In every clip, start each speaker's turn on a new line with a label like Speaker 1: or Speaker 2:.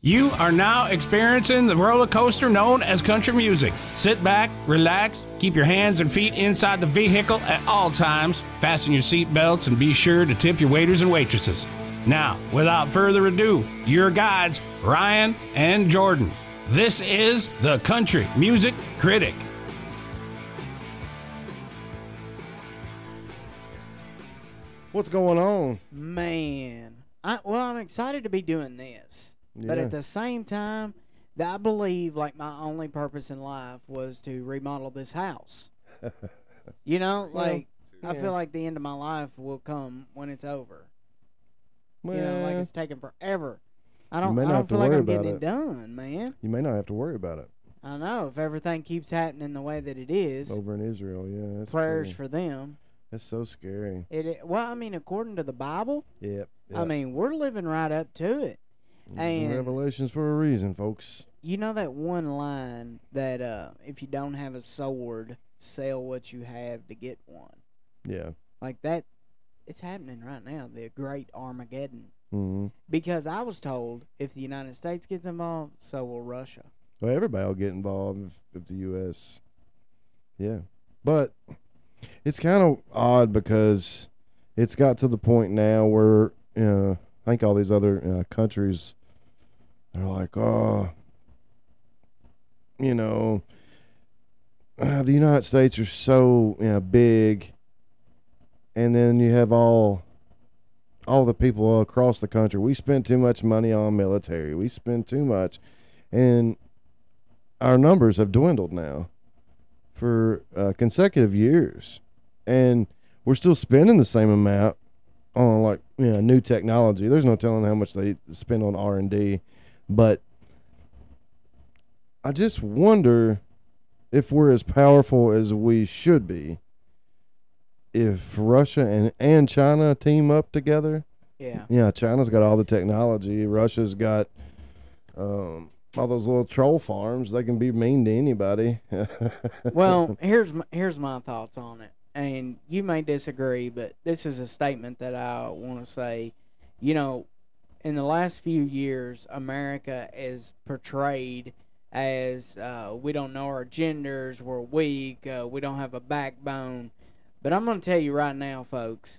Speaker 1: You are now experiencing the roller coaster known as country music. Sit back, relax, keep your hands and feet inside the vehicle at all times, fasten your seat belts, and be sure to tip your waiters and waitresses. Now, without further ado, your guides, Ryan and Jordan. This is the Country Music Critic.
Speaker 2: What's going on?
Speaker 3: Man, I well, I'm excited to be doing this, but
Speaker 2: Yeah.
Speaker 3: at the same time, that I believe like my only purpose in life was to remodel this house. you know, like I
Speaker 2: yeah.
Speaker 3: feel like the end of my life will come when it's over.
Speaker 2: Well,
Speaker 3: You know, like it's taking forever. I don't.
Speaker 2: may
Speaker 3: I
Speaker 2: not
Speaker 3: don't
Speaker 2: have to
Speaker 3: feel like
Speaker 2: worry
Speaker 3: I'm getting
Speaker 2: about
Speaker 3: it.
Speaker 2: it.
Speaker 3: done, man.
Speaker 2: you may not have to worry about it
Speaker 3: I know if everything keeps happening the way that it is,
Speaker 2: over in Israel. Oh, Yeah, that's
Speaker 3: prayers
Speaker 2: pretty-
Speaker 3: for them.
Speaker 2: That's so scary.
Speaker 3: It, i- well, I mean, according to the Bible,
Speaker 2: Yep.
Speaker 3: I
Speaker 2: yep.
Speaker 3: mean, we're living right up to it.
Speaker 2: It's
Speaker 3: and-
Speaker 2: revelations for a reason, folks.
Speaker 3: You know that one line that uh, if you don't have a sword, sell what you have to get one.
Speaker 2: Yeah.
Speaker 3: Like that, it's happening right now. The Great Armageddon.
Speaker 2: hmm
Speaker 3: Because I was told if the United States gets involved, so will Russia.
Speaker 2: Well, everybody will get involved if, if the U.S. Yeah, but it's kind of odd because it's got to the point now where uh, I think all these other uh, countries are like, oh, you know, uh, the United States are so you know, big, and then you have all all the people all across the country. We spend too much money on military. We spend too much, and our numbers have dwindled now for uh, consecutive years, and we're still spending the same amount on like you know, new technology. There's no telling how much they spend on R and D, but I just wonder if we're as powerful as we should be. If Russia and, and China team up together,
Speaker 3: Yeah.
Speaker 2: yeah, China's got all the technology. Russia's got um, all those little troll farms. They can be mean to anybody.
Speaker 3: well, here's my, here's my thoughts on it, and you may disagree, but this is a statement that I want to say. You know, in the last few years, America is portrayed as uh, we don't know our genders, we're weak, uh, we don't have a backbone. But I'm going to tell you right now, folks,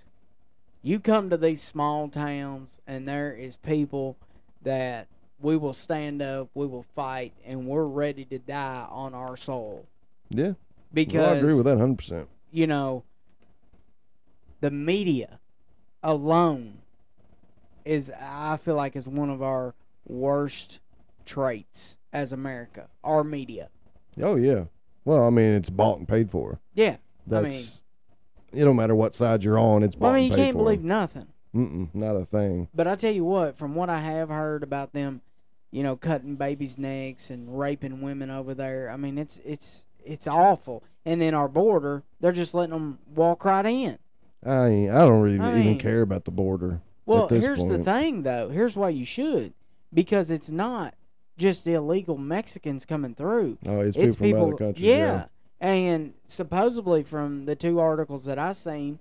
Speaker 3: you come to these small towns, and there is people that we will stand up, we will fight, and we're ready to die on our soul
Speaker 2: yeah,
Speaker 3: because
Speaker 2: well, I agree with that 100. percent
Speaker 3: you know the media alone is I feel like is one of our worst traits as America. Our media.
Speaker 2: Oh yeah. Well, I mean, it's bought and paid for.
Speaker 3: Yeah.
Speaker 2: That's.
Speaker 3: I mean
Speaker 2: it don't matter what side you're on. It's bought
Speaker 3: well, I mean
Speaker 2: and
Speaker 3: you
Speaker 2: paid
Speaker 3: can't
Speaker 2: for.
Speaker 3: believe nothing.
Speaker 2: Mm-mm, not a thing.
Speaker 3: But I tell you what, from what I have heard about them, you know, cutting babies' necks and raping women over there, I mean it's it's it's awful. And then our border, they're just letting them walk right in.
Speaker 2: I ain't, I don't really
Speaker 3: I
Speaker 2: even
Speaker 3: mean-
Speaker 2: care about the border.
Speaker 3: Well,
Speaker 2: at this
Speaker 3: here's
Speaker 2: point.
Speaker 3: the thing, though. Here's why you should, because it's not just illegal Mexicans coming through.
Speaker 2: Oh, it's,
Speaker 3: It's
Speaker 2: people,
Speaker 3: people,
Speaker 2: from other countries.
Speaker 3: yeah. And supposedly, from the two articles that I seen,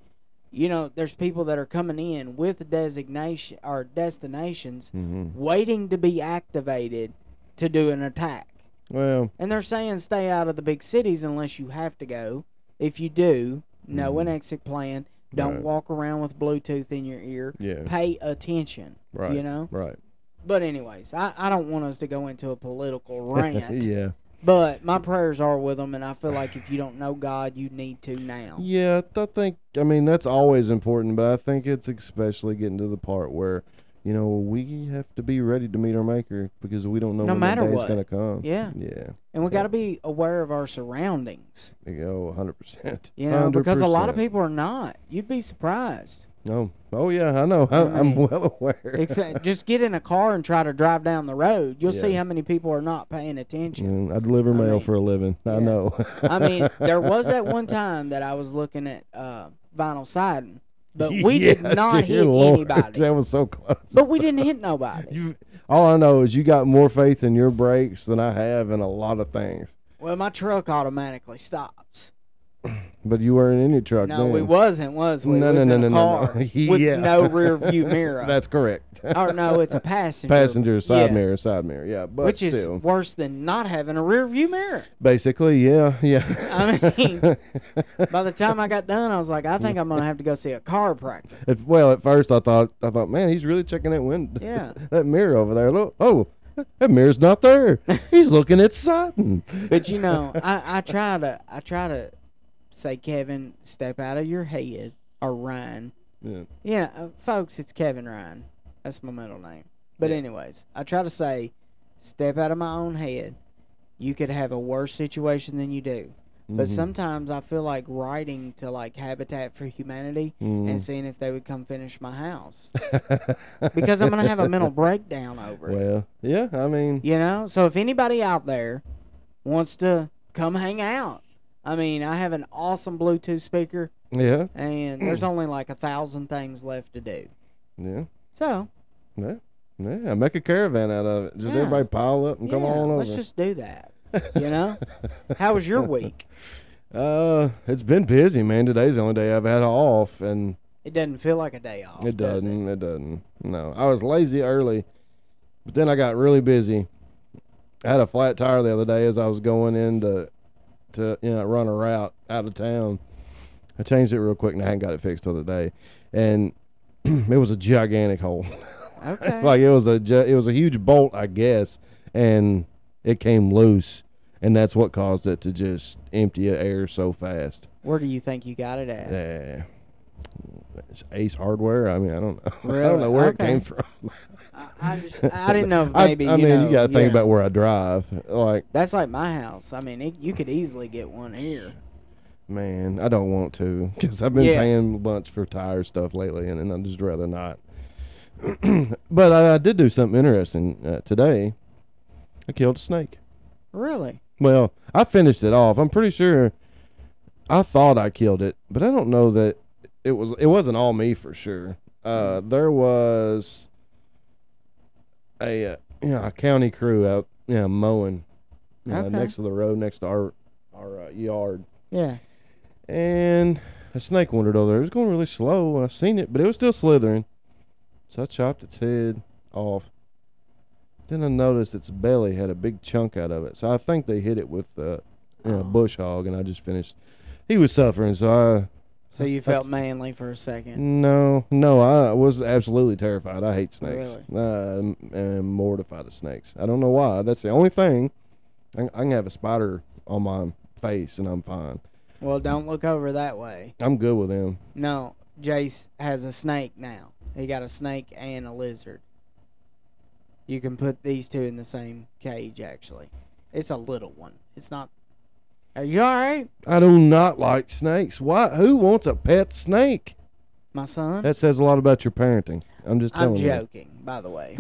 Speaker 3: you know, there's people that are coming in with designation or destinations,
Speaker 2: Mhm.
Speaker 3: waiting to be activated to do an attack.
Speaker 2: Well,
Speaker 3: And they're saying stay out of the big cities unless you have to go. If you do, know an exit plan. Don't
Speaker 2: Mm-hmm. Right.
Speaker 3: walk around with Bluetooth in your ear
Speaker 2: yeah.
Speaker 3: pay attention.
Speaker 2: Right.
Speaker 3: You know?
Speaker 2: Right.
Speaker 3: But anyways, I, I don't want us to go into a political rant.
Speaker 2: yeah.
Speaker 3: But my prayers are with them and I feel like if you don't know God, you need to now.
Speaker 2: Yeah, I think I mean that's always important, but I think it's especially getting to the part where, you know, we have to be ready to meet our maker because we don't know
Speaker 3: No
Speaker 2: when
Speaker 3: matter
Speaker 2: that day's
Speaker 3: what.
Speaker 2: gonna come.
Speaker 3: Yeah.
Speaker 2: Yeah.
Speaker 3: And we got to be aware of our surroundings.
Speaker 2: Oh, hundred percent.
Speaker 3: You know, because a lot of people are not. You'd be surprised.
Speaker 2: No. Oh yeah, I know. I, I'm
Speaker 3: mean,
Speaker 2: well aware.
Speaker 3: Except, just get in a car and try to drive down the road. You'll see
Speaker 2: Yeah.
Speaker 3: how many people are not paying attention.
Speaker 2: Mm, I deliver mail
Speaker 3: mean,
Speaker 2: for a living. I
Speaker 3: yeah.
Speaker 2: know.
Speaker 3: I mean, there was that one time that I was looking at uh, vinyl siding, but we did
Speaker 2: Yeah,
Speaker 3: not
Speaker 2: dear
Speaker 3: hit
Speaker 2: Lord,
Speaker 3: anybody.
Speaker 2: That was so close.
Speaker 3: But we didn't hit nobody.
Speaker 2: You, all I know is you got more faith in your brakes than I have in a lot of things.
Speaker 3: Well, my truck automatically stops.
Speaker 2: But you weren't in your truck.
Speaker 3: No, we
Speaker 2: then.
Speaker 3: wasn't, was we?
Speaker 2: No,
Speaker 3: It
Speaker 2: no,
Speaker 3: was
Speaker 2: no,
Speaker 3: in a
Speaker 2: no, no, no.
Speaker 3: car With
Speaker 2: Yeah.
Speaker 3: no rear view mirror.
Speaker 2: That's correct.
Speaker 3: or no, it's a passenger.
Speaker 2: Passenger side
Speaker 3: Yeah.
Speaker 2: mirror, side mirror. Yeah, but
Speaker 3: Which is
Speaker 2: still,
Speaker 3: worse than not having a rear view mirror.
Speaker 2: basically, yeah, yeah.
Speaker 3: I mean, by the time I got done, I was like, I think I'm gonna have to go see a chiropractor.
Speaker 2: At- well, at first I thought, I thought, man, he's really checking that window,
Speaker 3: Yeah.
Speaker 2: that mirror over there. Look, oh, that mirror's not there. he's looking at something.
Speaker 3: But you know, I, I try to I try to say, Kevin, step out of your head, or Ryan.
Speaker 2: Yeah.
Speaker 3: Yeah, uh, folks, it's Kevin Ryan. That's my middle name. But anyways, I try to say, step out of my own head. You could have a worse situation than you do. But sometimes I feel like writing to like Habitat for Humanity and seeing if they would come finish my house because I'm gonna have a mental breakdown over it.
Speaker 2: Well, yeah, I mean,
Speaker 3: You know, so if anybody out there wants to come hang out, I mean, I have an awesome Bluetooth speaker,
Speaker 2: yeah,
Speaker 3: and
Speaker 2: Mm.
Speaker 3: there's only like a thousand things left to do.
Speaker 2: yeah,
Speaker 3: So
Speaker 2: yeah, yeah. Make a caravan out of it. Just
Speaker 3: Yeah.
Speaker 2: everybody pile up and come
Speaker 3: yeah,
Speaker 2: on over.
Speaker 3: let's just do that. You know, how was your week?
Speaker 2: Uh, it's been busy, man. Today's the only day I've had off, and
Speaker 3: It doesn't feel like a day off.
Speaker 2: it
Speaker 3: does
Speaker 2: doesn't. It? doesn't. No, I was lazy early, but then I got really busy. I had a flat tire the other day as I was going in to, to you know, run a route out of town. I changed it real quick, and I hadn't got it fixed till today, and it was a gigantic hole.
Speaker 3: Okay.
Speaker 2: like it was a ju- it was a huge bolt, I guess, and it came loose, and that's what caused it to just empty of air so fast.
Speaker 3: Where do you think you got it at?
Speaker 2: Yeah. It's Uh, Ace Hardware. I mean, I don't know. I
Speaker 3: Really?
Speaker 2: don't know where
Speaker 3: Okay.
Speaker 2: it came from.
Speaker 3: I, I just I didn't know. If
Speaker 2: I-
Speaker 3: maybe
Speaker 2: I,
Speaker 3: you
Speaker 2: mean,
Speaker 3: know,
Speaker 2: you got to think
Speaker 3: yeah.
Speaker 2: about where I drive. Like,
Speaker 3: That's like my house. I mean, it, you could easily get one here.
Speaker 2: man, I don't want to because I've been
Speaker 3: Yeah.
Speaker 2: paying a bunch for tire stuff lately, and, and I'd just rather not. but I, I did do something interesting uh, today. I killed a snake.
Speaker 3: Really?
Speaker 2: Well, I finished it off. I'm pretty sure I thought I killed it, but I don't know that it was it wasn't all me for sure. Uh there was a uh, you know, a county crew out you know, mowing uh,
Speaker 3: Okay.
Speaker 2: next to the road next to our our uh, yard
Speaker 3: Yeah.
Speaker 2: and a snake wandered over there. It was going really slow and I seen it, but it was still slithering. So I chopped its head off. Then I noticed its belly had a big chunk out of it. So I think they hit it with the you know,
Speaker 3: Oh.
Speaker 2: bush hog, and I just finished. He was suffering, so I
Speaker 3: So you felt
Speaker 2: That's- Mm.
Speaker 3: manly for a second.
Speaker 2: no, no, I was absolutely terrified. I hate snakes.
Speaker 3: Really?
Speaker 2: Uh, I'm, I'm mortified of snakes. I don't know why. That's the only thing. I, I can have a spider on my face, and I'm fine.
Speaker 3: Well, don't look over that way.
Speaker 2: I'm good with them.
Speaker 3: No, Jace has a snake now. He got a snake and a lizard. You can put these two in the same cage, actually. It's a little one. It's not. Are you all right,
Speaker 2: I do not like snakes. Why? Who wants a pet snake?
Speaker 3: my son?
Speaker 2: That says a lot about your parenting. I'm just telling
Speaker 3: I'm joking, by the way.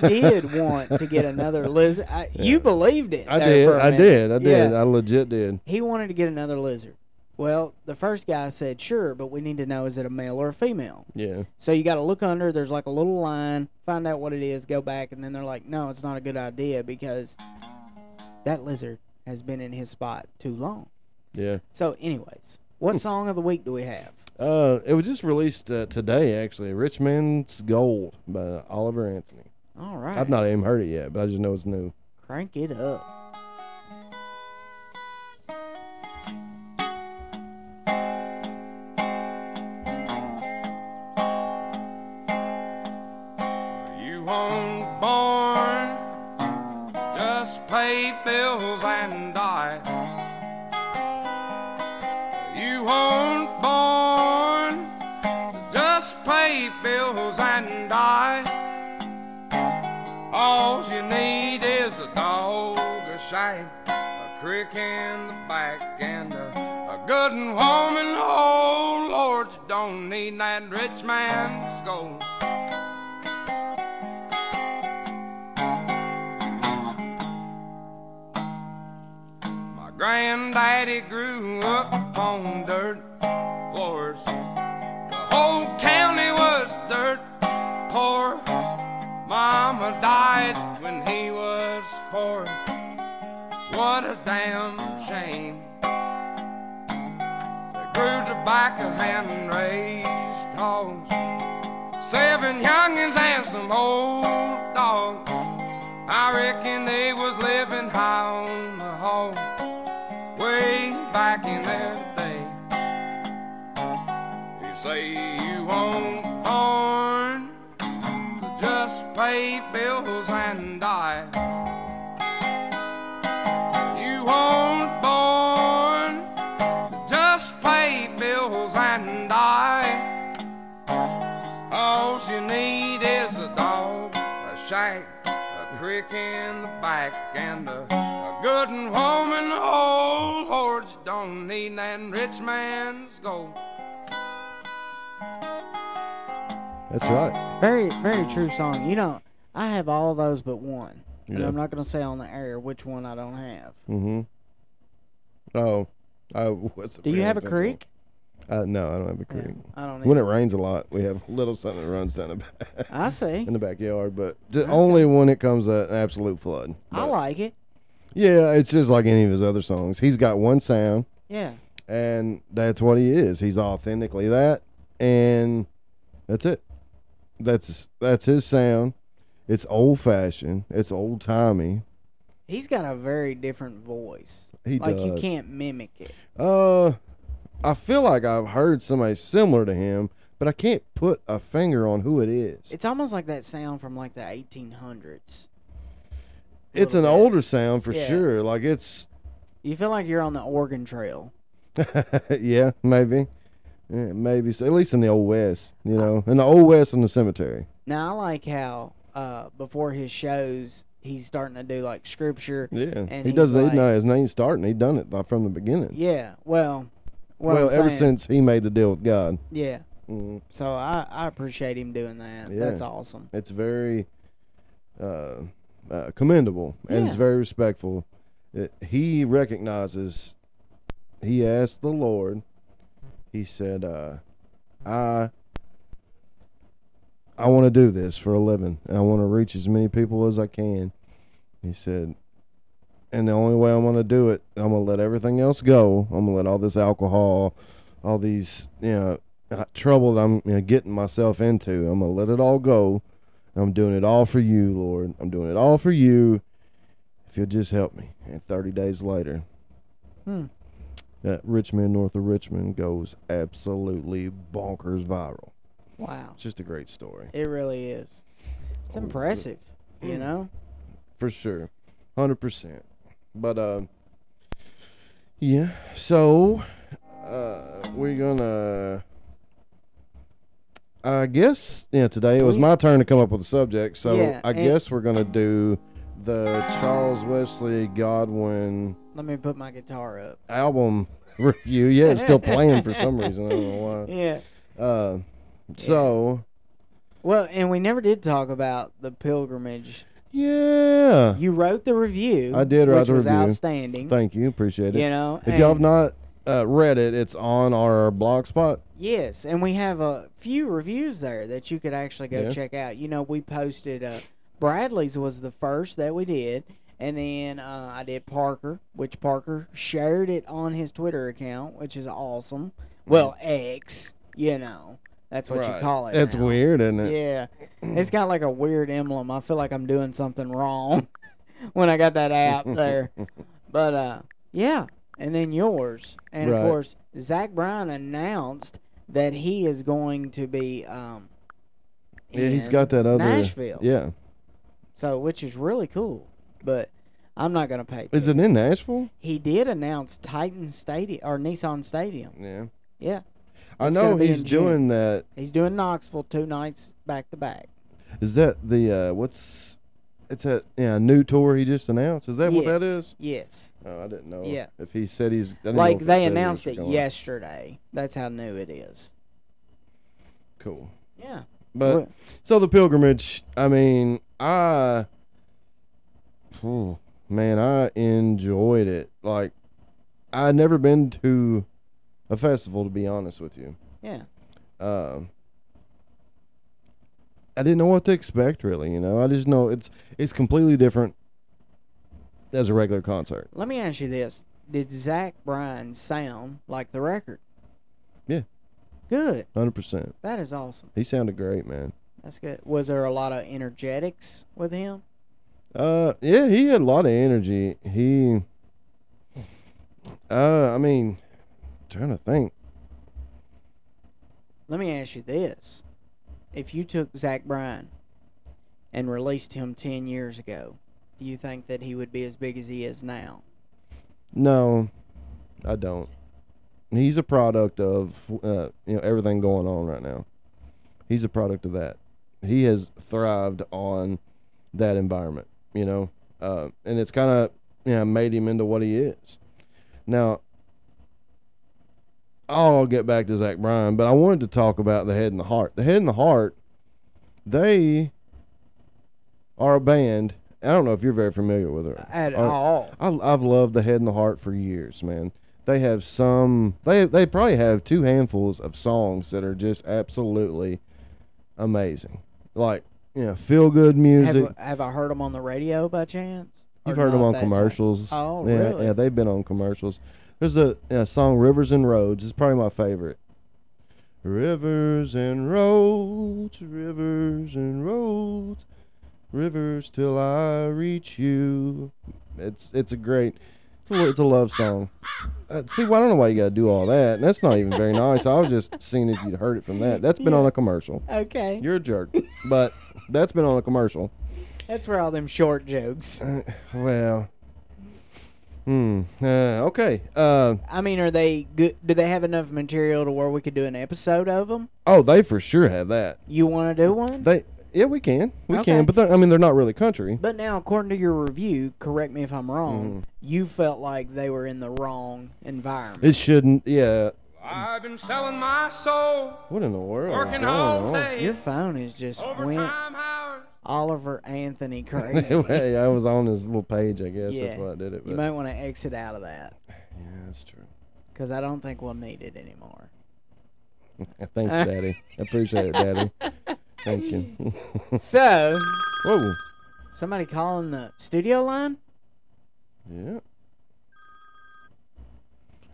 Speaker 3: did want to get another lizard. I, You believed it.
Speaker 2: you. I
Speaker 3: there
Speaker 2: did.
Speaker 3: for a
Speaker 2: I
Speaker 3: minute.
Speaker 2: did. I did.
Speaker 3: Yeah.
Speaker 2: I legit did.
Speaker 3: He wanted to get another lizard. Well, the first guy said, sure, but we need to know is it a male or a female?
Speaker 2: Yeah.
Speaker 3: So you got to look under. There's like a little line. Find out what it is. Go back, and then they're like, "No, it's not a good idea because that lizard has been in his spot too long."
Speaker 2: Yeah.
Speaker 3: So, anyways, what
Speaker 2: Hmm.
Speaker 3: song of the week do we have?
Speaker 2: Uh, it was just released uh, today, actually. Rich Man's Gold by Oliver Anthony.
Speaker 3: All right,
Speaker 2: I've not even heard it yet, but I just know it's new.
Speaker 3: crank it up.
Speaker 4: You weren't born just pay bills and die. You weren't born just pay bills and die. All you need is a dog, a shank, a crick in the back, and a, a good and woman. Oh Lord, you don't need that rich man's gold. My granddaddy grew up on dirt floors. The whole county was dirt poor. Mama died when he was four. What a damn shame. through tobacco and raised hogs. Seven youngins and some old dogs. I reckon they was living high on the hog way back in their day. You say you won't earn, just pay bills and die. You won't born, just pay bills and die. All you need is a dog, a shack, a crick in the back, and a, a good woman. Oh Lord, you don't need that rich man's gold.
Speaker 2: That's right.
Speaker 3: Very, very true song. You know, I have all those but one. And
Speaker 2: Yeah.
Speaker 3: I'm not going to say on the air which one I don't have.
Speaker 2: Mm-hmm. Oh, I wasn't.
Speaker 3: Do you
Speaker 2: paying
Speaker 3: have a
Speaker 2: attention.
Speaker 3: creek?
Speaker 2: Uh, no, I don't have a creek.
Speaker 3: I don't
Speaker 2: When it
Speaker 3: either.
Speaker 2: rains a lot, we have a little something that runs down the back,
Speaker 3: I see.
Speaker 2: in the backyard, but ju- only when it comes to an absolute flood.
Speaker 3: I
Speaker 2: But-
Speaker 3: like it.
Speaker 2: Yeah, it's just like any of his other songs. He's got one sound,
Speaker 3: Yeah.
Speaker 2: and that's what he is. He's authentically that, and that's it. That's that's his sound. It's old fashioned. It's old timey.
Speaker 3: He's got a very different voice.
Speaker 2: He
Speaker 3: like
Speaker 2: does.
Speaker 3: you can't mimic it.
Speaker 2: Uh, I feel like I've heard somebody similar to him, but I can't put a finger on who it is.
Speaker 3: It's almost like that sound from like the 1800s.
Speaker 2: It's an
Speaker 3: bit.
Speaker 2: older sound for
Speaker 3: Yeah.
Speaker 2: sure. Like it's,
Speaker 3: You feel like you're on the Oregon Trail.
Speaker 2: yeah, maybe, yeah, maybe. So at least in the old west, you know, in the old west in the cemetery.
Speaker 3: Now I like how uh, before his shows he's starting to do like scripture.
Speaker 2: Yeah,
Speaker 3: and
Speaker 2: he
Speaker 3: he's
Speaker 2: doesn't.
Speaker 3: like-
Speaker 2: he knows his name's starting. He done it like, from the beginning.
Speaker 3: Yeah. Well. What
Speaker 2: well,
Speaker 3: I'm
Speaker 2: ever
Speaker 3: saying-
Speaker 2: since he made the deal with God,
Speaker 3: Yeah.
Speaker 2: Mm.
Speaker 3: So I, I appreciate him doing that.
Speaker 2: Yeah.
Speaker 3: That's awesome.
Speaker 2: it's very uh, uh, commendable and it's
Speaker 3: Yeah.
Speaker 2: very respectful. It, he recognizes. He asked the Lord. He said, uh, "I." I want to do this for a living, and I want to reach as many people as I can. He said, and the only way I'm gonna do it, I'm gonna let everything else go. I'm gonna let all this alcohol, all these you know uh, trouble that I'm you know, getting myself into. I'm gonna let it all go. I'm doing it all for you, Lord. I'm doing it all for you. If you'll just help me. And 30 days later,
Speaker 3: Hmm.
Speaker 2: that Richmond, north of Richmond, goes absolutely bonkers viral.
Speaker 3: Wow.
Speaker 2: It's just a great story
Speaker 3: It really is. It's impressive.
Speaker 2: Mm.
Speaker 3: You know.
Speaker 2: for sure, hundred percent. But uh, yeah. So uh, we're gonna. I guess yeah. Today it was
Speaker 3: We-
Speaker 2: my turn to come up with a subject, so
Speaker 3: Yeah,
Speaker 2: I
Speaker 3: and-
Speaker 2: guess we're gonna do the Charles Wesley Godwin
Speaker 3: Let me put my guitar up.
Speaker 2: album review. Yeah, it's still playing for some reason. I don't know
Speaker 3: Yeah.
Speaker 2: why. Uh, so
Speaker 3: Well, and we never did talk about the pilgrimage.
Speaker 2: yeah,
Speaker 3: You wrote the review.
Speaker 2: I did write
Speaker 3: which
Speaker 2: the
Speaker 3: was
Speaker 2: review.
Speaker 3: Outstanding.
Speaker 2: thank you, appreciate it.
Speaker 3: you know.
Speaker 2: If y'all have
Speaker 3: and-
Speaker 2: not uh, read it, it's on our blog spot.
Speaker 3: Yes, and we have a few reviews there that you could actually go
Speaker 2: Yeah.
Speaker 3: check out. You know, we posted uh, Bradley's was the first that we did, and then uh, I did Parker, which Parker shared it on his Twitter account, which is awesome. Well, X, you know, that's what you call it.
Speaker 2: It's
Speaker 3: now.
Speaker 2: weird, isn't it?
Speaker 3: Yeah, it's got like a weird emblem. I feel like I'm doing something wrong when I got that app there. But uh, yeah, and then yours, and
Speaker 2: Right.
Speaker 3: of course, Zach Bryan announced that he is going to be um.
Speaker 2: Yeah, he's
Speaker 3: in
Speaker 2: got that other
Speaker 3: Nashville.
Speaker 2: Yeah,
Speaker 3: So, which is really cool, but I'm not gonna pay.
Speaker 2: is it
Speaker 3: tickets.
Speaker 2: in Nashville?
Speaker 3: He did announce Titan Stadium or Nissan Stadium.
Speaker 2: Yeah,
Speaker 3: Yeah,
Speaker 2: I
Speaker 3: It's
Speaker 2: know
Speaker 3: gonna be
Speaker 2: he's
Speaker 3: in June.
Speaker 2: doing that.
Speaker 3: he's doing Knoxville two nights back to back.
Speaker 2: Is that the uh, what's? It's that yeah new tour he just announced. Is that what that
Speaker 3: Yes,
Speaker 2: is?
Speaker 3: Yes.
Speaker 2: Oh, I didn't know.
Speaker 3: Yeah.
Speaker 2: If he said he's I didn't know
Speaker 3: like
Speaker 2: if it
Speaker 3: they
Speaker 2: said he
Speaker 3: announced
Speaker 2: was
Speaker 3: it
Speaker 2: going.
Speaker 3: yesterday. That's how new it is.
Speaker 2: Cool.
Speaker 3: Yeah.
Speaker 2: But
Speaker 3: Well-
Speaker 2: so the pilgrimage. I mean, I, Phew, man, I enjoyed it. Like, I never been to a festival to be honest with you.
Speaker 3: Yeah.
Speaker 2: Um, I didn't know what to expect really. You know, I just know it's it's completely different as a regular concert.
Speaker 3: Let me ask you this: Did Zach Bryan sound like the record?
Speaker 2: Yeah.
Speaker 3: Good.
Speaker 2: hundred percent.
Speaker 3: That is awesome.
Speaker 2: He sounded great, man.
Speaker 3: That's good. Was there a lot of energetics with him?
Speaker 2: Uh, yeah, he had a lot of energy. He, uh, I mean, trying to think.
Speaker 3: Let me ask you this. If you took Zach Bryan and released him 10 years ago, do you think that he would be as big as he is now?
Speaker 2: No, I don't. He's a product of uh, you know everything going on right now. He's a product of that. He has thrived on that environment, you know, uh, and it's kind of you know made him into what he is. Now, I'll get back to Zach Bryan, but I wanted to talk about the head and the heart. The head and the heart, they are a band. I don't know if you're very familiar with her
Speaker 3: At
Speaker 2: Or-
Speaker 3: all.
Speaker 2: I, I've loved the Head and the Heart for years, man. They have some. They they probably have two handfuls of songs that are just absolutely amazing. Like you know, feel good
Speaker 3: Have,
Speaker 2: music.
Speaker 3: have I heard him on the radio by chance? Or
Speaker 2: You've heard them
Speaker 3: not
Speaker 2: on
Speaker 3: that time?
Speaker 2: commercials.
Speaker 3: Oh,
Speaker 2: yeah,
Speaker 3: really?
Speaker 2: Yeah, they've been on commercials. There's a, a song "Rivers and Roads." It's probably my favorite. Rivers and roads, rivers and roads, rivers till I reach you. It's it's a great, it's a, lo- it's a love song. Uh, see, well, I don't know why you gotta do all that. That's not even very nice. I was just seeing if you'd heard it from that. That's been on a commercial.
Speaker 3: Okay.
Speaker 2: You're a jerk, but that's been on a commercial.
Speaker 3: That's for all them short jokes.
Speaker 2: Well, hmm. Uh, okay. Uh,
Speaker 3: I mean, are they good? Do they have enough material to where we could do an episode of them?
Speaker 2: oh, they for sure have that.
Speaker 3: You want to do one?
Speaker 2: They, yeah, we can, we
Speaker 3: Okay.
Speaker 2: can. But they're- I mean, they're not really country.
Speaker 3: But now, according to your review, correct me if I'm wrong,
Speaker 2: Mm-hmm.
Speaker 3: you felt like they were in the wrong environment.
Speaker 2: It shouldn't. Yeah.
Speaker 4: I've been selling my soul,
Speaker 2: What in the world? is
Speaker 4: working
Speaker 2: going
Speaker 4: all
Speaker 2: on?
Speaker 4: day,
Speaker 3: your phone is just went
Speaker 4: overtime hours.
Speaker 3: Oliver Anthony crazy.
Speaker 2: Anyway, I was on his little page. I guess
Speaker 3: yeah,
Speaker 2: that's why I did it. But,
Speaker 3: you might want to exit out of that
Speaker 2: yeah, that's true.
Speaker 3: because I don't think we'll need it anymore.
Speaker 2: Thanks, Daddy. I appreciate it, Daddy. Thank you.
Speaker 3: So,
Speaker 2: Whoa.
Speaker 3: somebody calling the studio line?
Speaker 2: Yeah.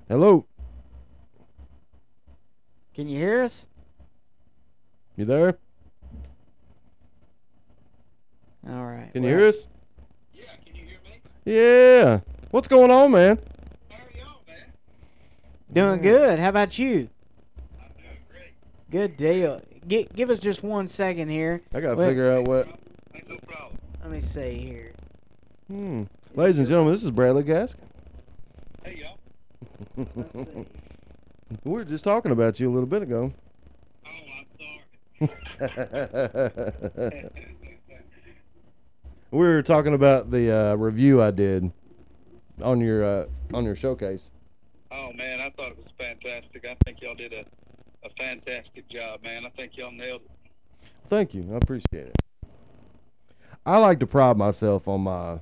Speaker 2: Hello.
Speaker 3: Can you hear us?
Speaker 2: You there?
Speaker 3: All right.
Speaker 2: Can you hear us? Yeah. Can you hear me? Yeah. What's going on, man?
Speaker 3: Doing good. How about you? I'm doing great. Good deal. Gi- give us just one second here.
Speaker 2: I gotta
Speaker 3: Well-
Speaker 2: figure out what.
Speaker 3: Let me see here.
Speaker 2: Hmm. Ladies and gentlemen, this is Bradley Gaskin.
Speaker 3: Let's see.
Speaker 2: We were just talking about you a little bit ago.
Speaker 5: Oh, I'm sorry.
Speaker 2: we were talking about the uh, review I did on your uh, on your showcase.
Speaker 5: Oh man, I thought it was fantastic. I think y'all did a, a fantastic job, man. I think y'all nailed it.
Speaker 2: Thank you. I appreciate it. I like to pride myself on my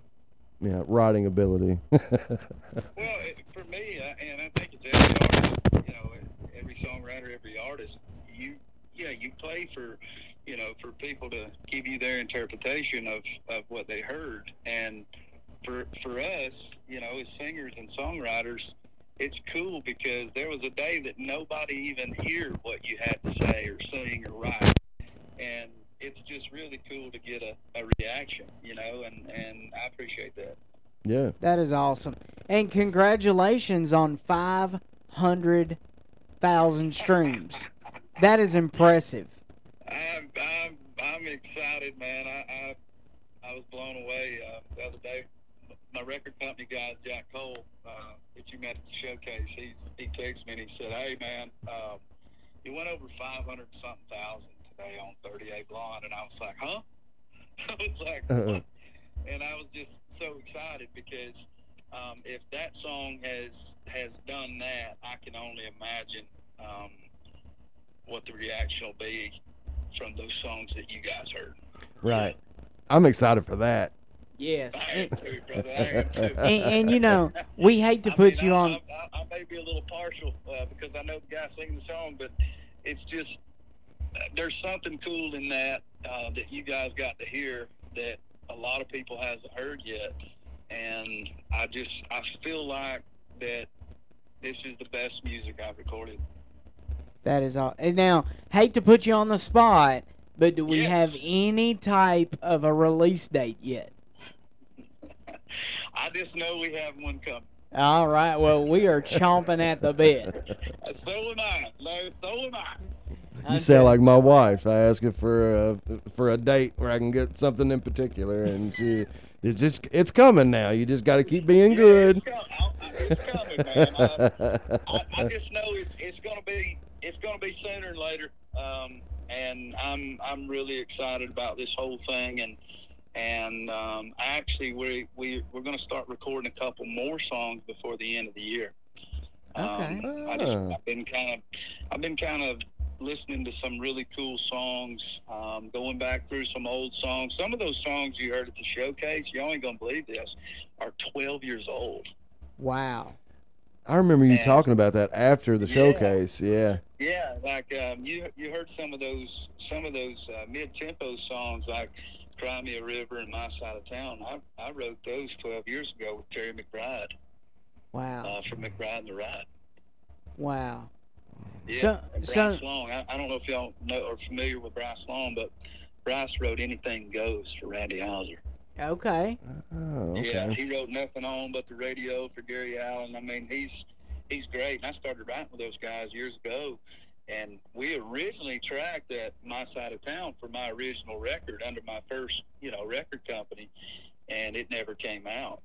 Speaker 2: you know, writing ability.
Speaker 5: Well, it, for me, I, and I think it's every artist, you know, every songwriter, every artist. You, yeah, you play for, you know, for people to give you their interpretation of of what they heard, and for for us, you know, as singers and songwriters. It's cool because there was a day that nobody even heard what you had to say or sing or write. and it's just really cool to get a, a reaction, you know, and, and I appreciate that.
Speaker 2: yeah.
Speaker 3: That is awesome. And congratulations on 500,000 streams. That is impressive.
Speaker 5: I'm, I'm, I'm excited, man. I, I, I was blown away uh, the other day. My record company guys, Jack Cole, uh, that you met at the showcase, he's, he texted me and he said, hey, man, um, you went over 500 something thousand today on 38 Blonde. And I was like, huh? I was like,
Speaker 2: Uh-uh.
Speaker 5: and I was just so excited because um, if that song has has done that, I can only imagine um, what the reaction will be from those songs that you guys heard.
Speaker 2: Right. I'm excited for that.
Speaker 3: Yes.
Speaker 5: I am
Speaker 3: And,
Speaker 5: too, brother. I am too.
Speaker 3: and, and, you know, we hate to
Speaker 5: I
Speaker 3: put
Speaker 5: mean,
Speaker 3: you
Speaker 5: I,
Speaker 3: on.
Speaker 5: I, I, I may be a little partial uh, because I know the guy singing the song, but it's just uh, there's something cool in that uh, that you guys got to hear that a lot of people hasn't heard yet, and I just I feel like that this is the best music I've recorded
Speaker 3: That is all. And now, hate to put you on the spot, but do we have
Speaker 5: Yes.
Speaker 3: any type of a release date yet?
Speaker 5: I just know we have one coming.
Speaker 3: All right. Well, we are chomping at the bit.
Speaker 5: So am I, Larry. So am I.
Speaker 2: You sound like my wife. I ask her for a for a date where I can get something in particular, and she it's just it's coming now. You just got to keep being
Speaker 5: Yeah,
Speaker 2: good.
Speaker 5: It's, com- I- I- it's coming, man. I, I, I just know it's it's gonna be it's gonna be sooner than later. Um, and I'm I'm really excited about this whole thing, and and um, actually we we we're gonna start recording a couple more songs before the end of the year. Um, I just
Speaker 2: Ah.
Speaker 5: I've been kind of I've been kind of listening to some really cool songs, um, going back through some old songs. Some of those songs you heard at the showcase, y'all ain't gonna believe this, are 12 years old.
Speaker 3: wow.
Speaker 2: I remember you
Speaker 5: Yeah.
Speaker 2: talking about that after the
Speaker 5: Yeah.
Speaker 2: showcase. Yeah,
Speaker 5: Yeah, like um, you you heard some of those some of those uh, mid tempo songs like "Cry Me a River" and "My Side of Town." I, I wrote those twelve years ago with Terry McBride
Speaker 3: Wow.
Speaker 5: uh, from McBride and the Ride.
Speaker 3: Wow.
Speaker 5: Yeah,
Speaker 3: So-
Speaker 5: and
Speaker 3: so-
Speaker 5: Bryce Long. I, I don't know if y'all know are familiar with Bryce Long, but Bryce wrote "Anything Goes" for Randy Houser.
Speaker 3: Okay.
Speaker 2: oh, okay.
Speaker 5: Yeah, he wrote nothing on but the radio for Gary Allen. I mean, he's he's great. And I started writing with those guys years ago, and we originally tracked that my side of town for my original record under my first you know record company, and it never came out.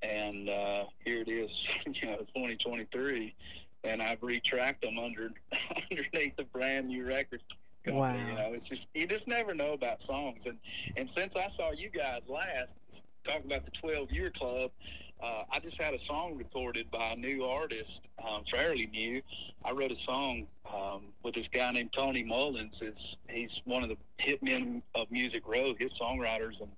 Speaker 5: And uh, here it is, you know, 2023, and I've retracked them under underneath the brand new record. Company,
Speaker 3: Wow.
Speaker 5: You know, it's just you just never know about songs, and and since I saw you guys last, talking about the 12 year club, uh, I just had a song recorded by a new artist, um, fairly new. I wrote a song um, with this guy named Tony Mullins. It's, he's one of the hitmen of Music Row, hit songwriters, and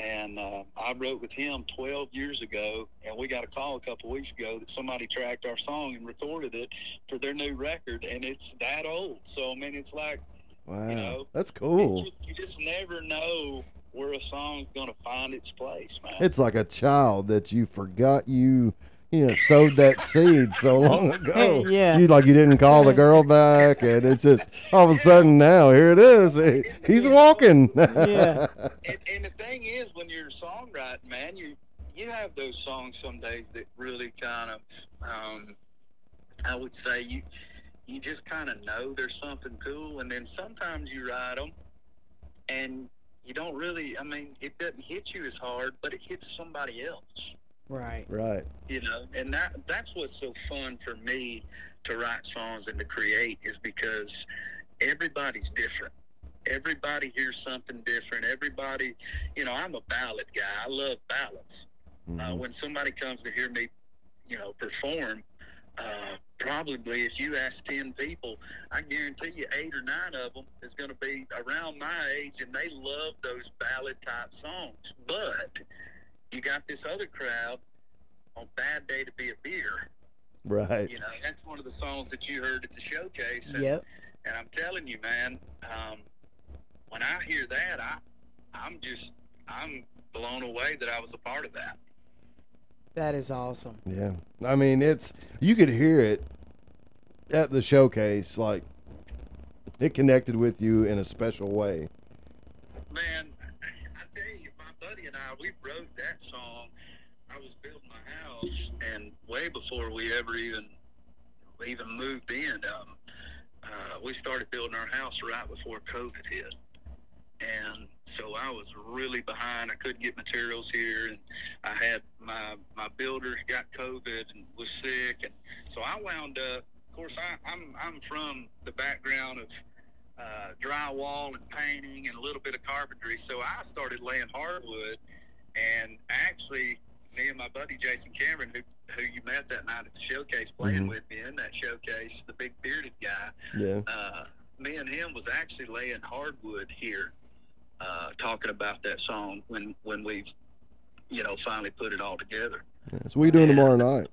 Speaker 5: and uh, I wrote with him 12 years ago. And we got a call a couple weeks ago that somebody tracked our song and recorded it for their new record, and it's that old. So I mean, it's like
Speaker 2: Wow,
Speaker 5: know,
Speaker 2: that's cool.
Speaker 5: you, you just never know where a song's gonna find its place, man.
Speaker 2: It's like a child that you forgot you you know sowed that seed so long ago.
Speaker 3: Yeah.
Speaker 2: you like you didn't call the girl back, and it's just all of a sudden now here it is. He's walking.
Speaker 3: Yeah.
Speaker 5: and, and the thing is, when you're songwriting, man, you you have those songs some days that really kind of, um, I would say you you just kind of know there's something cool, and then sometimes you write them, and you don't really. I mean, it doesn't hit you as hard, but it hits somebody else
Speaker 3: Right.
Speaker 2: right.
Speaker 5: you know and that that's what's so fun for me to write songs and to create is because everybody's different everybody hears something different everybody you know i'm a ballad guy i love ballads
Speaker 2: Mm-hmm.
Speaker 5: uh, when somebody comes to hear me you know perform uh, probably if you ask 10 people i guarantee you eight or nine of them is going to be around my age and they love those ballad type songs but you got this other crowd on bad day to be a beer
Speaker 2: Right.
Speaker 5: you know that's one of the songs that you heard at the showcase and,
Speaker 3: Yep.
Speaker 5: and i'm telling you man um, when i hear that i i'm just i'm blown away that i was a part of that
Speaker 3: That is awesome.
Speaker 2: Yeah. I mean, it's you could hear it at the showcase. Like it connected with you in a special way.
Speaker 5: Man, I tell you, my buddy and I, we wrote that song. I was building my house, and way before we ever even even moved in, um, uh, we started building our house right before COVID hit. And so I was really behind. I couldn't get materials here, and I had my my builder got COVID and was sick, and so I wound up. Of course, I, I'm I'm from the background of uh, drywall and painting and a little bit of carpentry. So I started laying hardwood, and actually, me and my buddy Jason Cameron, who who you met that night at the showcase, playing
Speaker 2: Mhm.
Speaker 5: with me in that showcase, the big bearded guy,
Speaker 2: Yeah.
Speaker 5: uh, me and him was actually laying hardwood here, uh, talking about that song when when we, you know, finally put it all together.
Speaker 2: So what are you doing tomorrow night?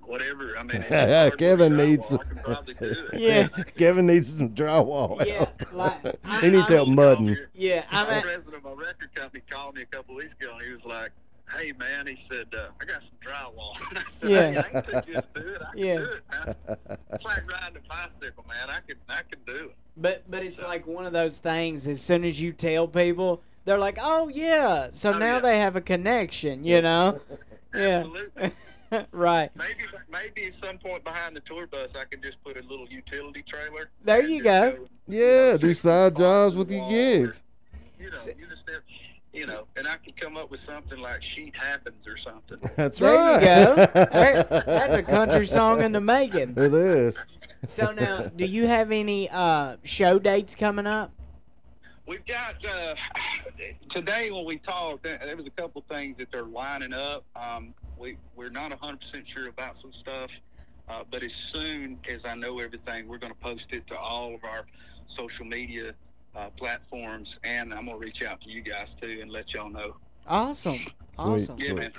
Speaker 5: Whatever. I mean, if it's hardwood
Speaker 2: Kevin
Speaker 5: drywall,
Speaker 2: needs-
Speaker 5: I can probably do it.
Speaker 3: Yeah.
Speaker 2: Kevin needs some drywall.
Speaker 3: Yeah.
Speaker 2: help.
Speaker 3: Like, I,
Speaker 2: he needs
Speaker 3: I-
Speaker 2: help mudding.
Speaker 3: Yeah.
Speaker 5: The
Speaker 3: I'm at,
Speaker 5: president of my record company called me a couple weeks ago, and he was like, hey man, he said, uh, I got some drywall. And I said,
Speaker 3: Yeah.
Speaker 5: hey, I can take you to do it. I
Speaker 3: Yeah.
Speaker 5: can do it. man. It's like riding a bicycle, man. I can, I can do it.
Speaker 3: But but it's like one of those things. As soon as you tell people, they're like, "Oh yeah." So
Speaker 5: Oh,
Speaker 3: now
Speaker 5: yeah.
Speaker 3: they have a connection, you know? yeah.
Speaker 5: Absolutely.
Speaker 3: right.
Speaker 5: Maybe, maybe at some point behind the tour bus, I can just put a little utility trailer.
Speaker 3: There
Speaker 5: and
Speaker 3: you
Speaker 5: just
Speaker 3: go.
Speaker 2: Yeah, do
Speaker 5: fix
Speaker 2: side
Speaker 5: the wall
Speaker 2: jobs with your
Speaker 5: or,
Speaker 2: gigs.
Speaker 5: You know, you just have, you know, and I could come up with something like "Sheet Happens" or something.
Speaker 2: That's
Speaker 3: There
Speaker 2: right.
Speaker 3: you go. There- that's a country song in the making.
Speaker 2: It is.
Speaker 3: So now, do you have any uh, show dates coming up?
Speaker 5: We've got uh, today when we talked, there there was a couple things that they're lining up. Um, we we're not hundred percent sure about some stuff, uh, but as soon as I know everything, we're going to post it to all of our social media uh, platforms, and I'm going to reach out to you guys too and let y'all know.
Speaker 3: Awesome. Awesome.
Speaker 5: Yeah,
Speaker 2: Sweet.
Speaker 5: man.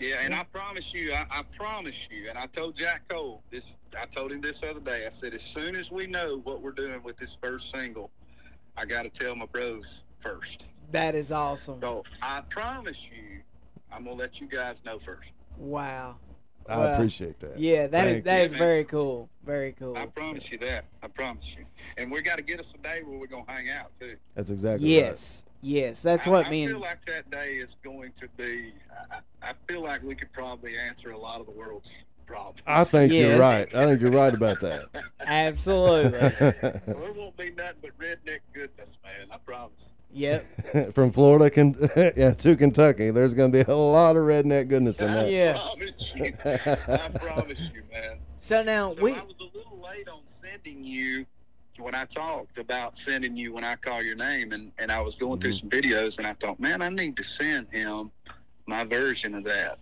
Speaker 5: Yeah, and I promise you, I, I promise you, and I told Jack Cole this. I told him this other day. I said, as soon as we know what we're doing with this first single, I got to tell my bros first.
Speaker 3: That is awesome.
Speaker 5: So I promise you, I'm gonna let you guys know first.
Speaker 3: Wow.
Speaker 2: I
Speaker 3: Well,
Speaker 2: appreciate that.
Speaker 3: Yeah, that is
Speaker 2: Thank
Speaker 3: that
Speaker 5: you.
Speaker 3: is very cool. Very cool.
Speaker 5: I promise you that. I promise you. And we got to get us a day where we're gonna hang out too.
Speaker 2: That's exactly
Speaker 3: Yes. Yes, that's
Speaker 5: I,
Speaker 3: what
Speaker 5: I
Speaker 3: me
Speaker 5: feel
Speaker 3: and
Speaker 5: like that day is going to be. I, I I feel like we could probably answer a lot of the world's problems.
Speaker 2: right. I think
Speaker 3: Yes.
Speaker 2: you're right. I think you're right about
Speaker 3: absolutely.
Speaker 2: that.
Speaker 5: There won't be nothing but redneck goodness, man. I promise.
Speaker 3: yep.
Speaker 2: From Florida Ken- yeah, to Kentucky, there's going to be a lot of redneck goodness in that.
Speaker 3: Yeah.
Speaker 5: I promise you. I promise you, man.
Speaker 3: So now
Speaker 5: So
Speaker 3: we
Speaker 5: I was a little late on sending you when I talked about sending you when I call your name, and, and I was going through
Speaker 2: Mm-hmm.
Speaker 5: some videos, and I thought, man, I need to send him my version of that.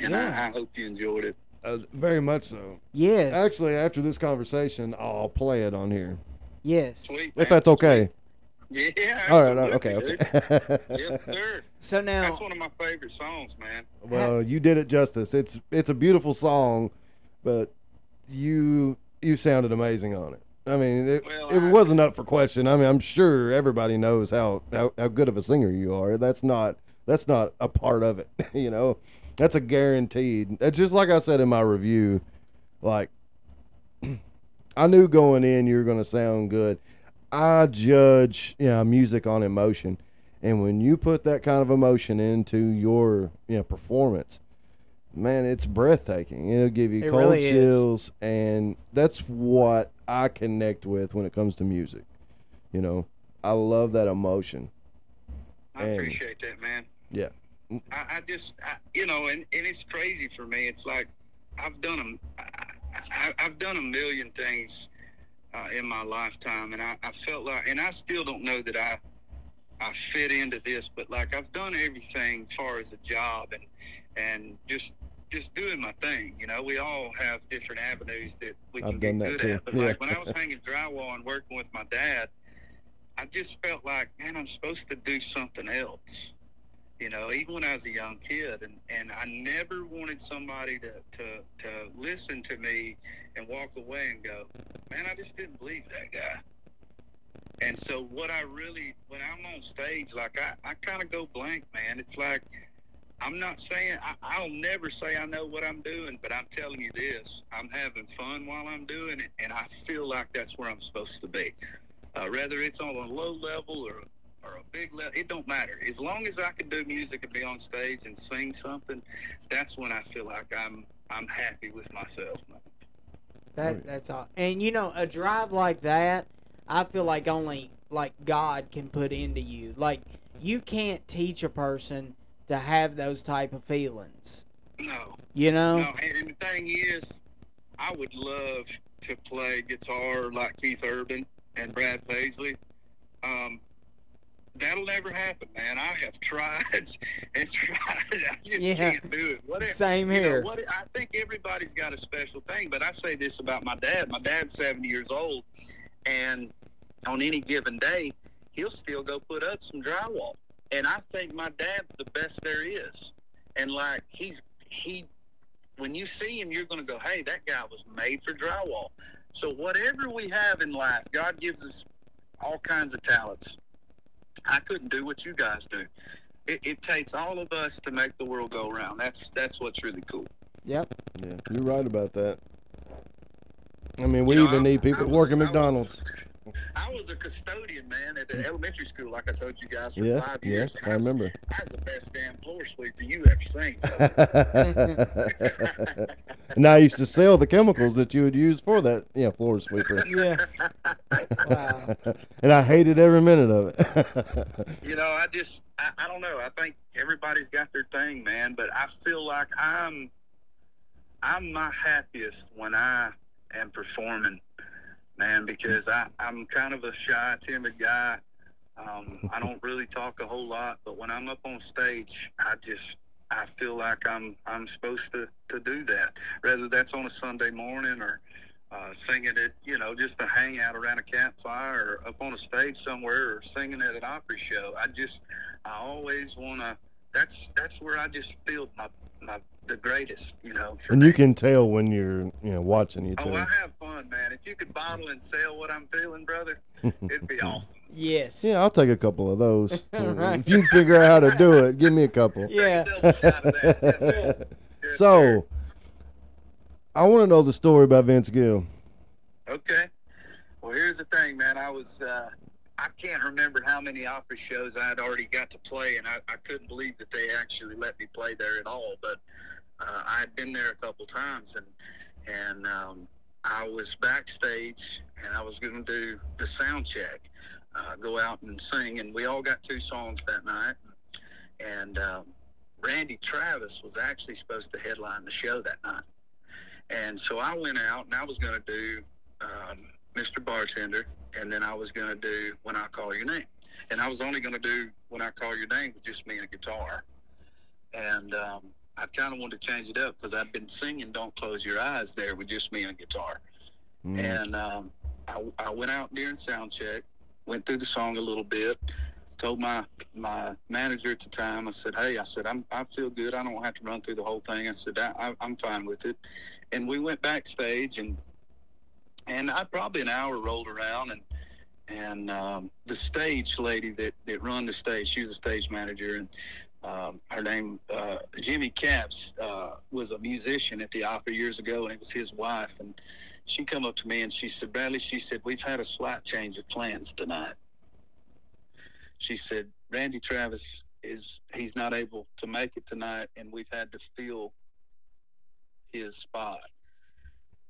Speaker 5: And
Speaker 3: Yeah.
Speaker 5: I, I hope you enjoyed it.
Speaker 2: Uh, very much so.
Speaker 3: yes.
Speaker 2: Actually, after this conversation, I'll play it on here
Speaker 3: yes.
Speaker 5: Sweet.
Speaker 2: if
Speaker 5: man.
Speaker 2: that's okay.
Speaker 5: Sweet. Yeah.
Speaker 2: All right. all- Okay.
Speaker 5: absolutely, dude.
Speaker 2: Okay.
Speaker 5: yes, sir.
Speaker 3: So now
Speaker 5: That's one of my favorite songs, man.
Speaker 2: Well, you did it justice. It's it's a beautiful song, but you you sounded amazing on it. I mean, it,
Speaker 5: Well,
Speaker 2: it
Speaker 5: I-
Speaker 2: wasn't up for question. I mean, I'm sure everybody knows how, how how good of a singer you are. That's not that's not a part of it. You know, that's a guaranteed. That's just like I said in my review. Like, I knew going in you were going to sound good. I judge you know, music on emotion, and when you put that kind of emotion into your you know performance, man, it's breathtaking. It'll give you
Speaker 3: It
Speaker 2: cold
Speaker 3: really is.
Speaker 2: chills, and that's what I connect with when it comes to music. You know, I love that emotion.
Speaker 5: I
Speaker 2: And-
Speaker 5: appreciate that, man.
Speaker 2: Yeah.
Speaker 5: I, I just, I, you know, and, and it's crazy for me. It's like I've done them. I, I've done a million things uh, in my lifetime, and I, I felt like, and I still don't know that I, I fit into this, but like I've done everything as far as a job and, and just, just doing my thing. You know, we all have different avenues that we can
Speaker 2: I've
Speaker 5: get
Speaker 2: done that
Speaker 5: good
Speaker 2: too.
Speaker 5: at. But
Speaker 2: Yeah.
Speaker 5: like when I was hanging drywall and working with my dad, I just felt like, man, I'm supposed to do something else you know, even when I was a young kid, and, and I never wanted somebody to, to, to listen to me and walk away and go, man, I just didn't believe that guy. And so, what I really, when I'm on stage, like I, I kind of go blank, man. It's like, I'm not saying, I, I'll never say I know what I'm doing, but I'm telling you this I'm having fun while I'm doing it, and I feel like that's where I'm supposed to be. Uh, whether it's on a low level or or a big level, it don't matter. As long as I can do music and be on stage and sing something, that's when I feel like I'm I'm happy with myself. man.
Speaker 3: that that's all. And you know, a drive like that, I feel like only like God can put into you. Like you can't teach a person to have those type of feelings.
Speaker 5: No,
Speaker 3: You know?
Speaker 5: no. And, and the thing is, I would love to play guitar like Keith Urban and Brad Paisley. Um, that'll never happen, man. I have tried and tried. I just
Speaker 3: Yeah.
Speaker 5: can't do it. Whatever.
Speaker 3: Same
Speaker 5: You know,
Speaker 3: here.
Speaker 5: what, I think everybody's got a special thing, but I say this about my dad. My dad's 70 years old, and on any given day, he'll still go put up some drywall. And I think my dad's the best there is. And like he's he, when you see him, you're going to go, "Hey, that guy was made for drywall." So whatever we have in life, God gives us all kinds of talents. I couldn't do what you guys do it, it takes all of us to make the world go round. That's that's what's really cool.
Speaker 3: Yep.
Speaker 2: Yeah, you're right about that. I mean, we
Speaker 5: You know,
Speaker 2: even
Speaker 5: I-
Speaker 2: need people
Speaker 5: I
Speaker 2: to
Speaker 5: was-
Speaker 2: work at
Speaker 5: I was-
Speaker 2: McDonald's.
Speaker 5: I was a custodian, man, at the elementary school, like I told you guys, for
Speaker 2: Yeah,
Speaker 5: five
Speaker 2: yeah,
Speaker 5: years.
Speaker 2: I
Speaker 5: was-
Speaker 2: remember.
Speaker 5: I was the best damn floor sweeper you ever seen. So,
Speaker 2: and I used to sell the chemicals that you would use for that, yeah, floor sweeper.
Speaker 3: Yeah. wow.
Speaker 2: and I hated every minute of it.
Speaker 5: you know, I just, I, I don't know. I think everybody's got their thing, man, but I feel like I'm, I'm my happiest when I am performing, man, because I, I'm kind of a shy, timid guy. Um, I don't really talk a whole lot, but when I'm up on stage, I just, I feel like I'm, I'm supposed to, to do that, whether that's on a Sunday morning or, uh, singing it, you know, just a hangout around a campfire or up on a stage somewhere or singing at an opera show. I just, I always want to, that's, that's where I just feel my, my, the greatest, you know. for
Speaker 2: and you
Speaker 5: me.
Speaker 2: can tell when you're, you know, watching you
Speaker 5: Oh,
Speaker 2: too.
Speaker 5: I have fun, man. If you could bottle and sell what I'm feeling, brother, it'd be awesome.
Speaker 3: Yes.
Speaker 2: Yeah, I'll take a couple of those.
Speaker 3: Right.
Speaker 2: If you figure out how to do it, give me a couple.
Speaker 3: Yeah.
Speaker 5: Double shot of that. Yes, sir.
Speaker 2: so, I want to know the story about Vince Gill.
Speaker 5: Okay. Well, here's the thing, man. I was, uh, I can't remember how many opera shows I had already got to play, and I, I couldn't believe that they actually let me play there at all. But uh, I had been there a couple times, and and um, I was backstage, and I was going to do the sound check, uh, go out and sing, and we all got two songs that night, and um, Randy Travis was actually supposed to headline the show that night, and so I went out and I was going to do um, Mr. Bartender, and then I was going to do When I Call Your Name. And I was only going to do When I Call Your Name with just me and a guitar. And um, I kind of wanted to change it up because I'd been singing Don't Close Your Eyes there with just me and a guitar.
Speaker 2: Mm.
Speaker 5: And um, I, I went out during sound check, went through the song a little bit, told my my manager at the time, I said, "Hey, I said I'm I feel good. I don't have to run through the whole thing." I said, I, I, "I'm fine with it." And we went backstage, and and I probably an hour rolled around, and and um, the stage lady that that run the stage, she was a stage manager, and. Um, her name, uh, Jimmy Caps, uh, was a musician at the opera years ago, and it was his wife. And she come up to me and she said, Bradley, she said, we've had a slight change of plans tonight. She said, Randy Travis is, he's not able to make it tonight and we've had to fill his spot.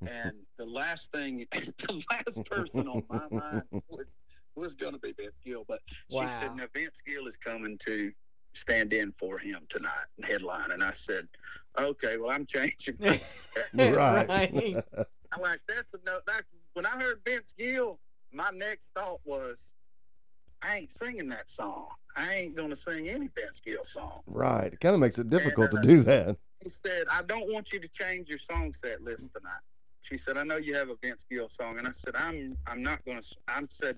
Speaker 5: And the last thing, the last person on my mind was, was going to be Vince Gill, but
Speaker 3: Wow.
Speaker 5: she said, now Vince Gill is coming to stand in for him tonight and headline. And I said, okay, well, I'm changing my
Speaker 2: Right.
Speaker 3: Right.
Speaker 5: I'm like, that's enough. That, when I heard Vince Gill, my next thought was, I ain't singing that song. I ain't gonna sing any Vince Gill song.
Speaker 2: Right. It kind of makes it difficult to do that.
Speaker 5: He said, I don't want you to change your song set list tonight. She said, I know you have a Vince Gill song, and I said, I'm, I'm not gonna. s- I'm said,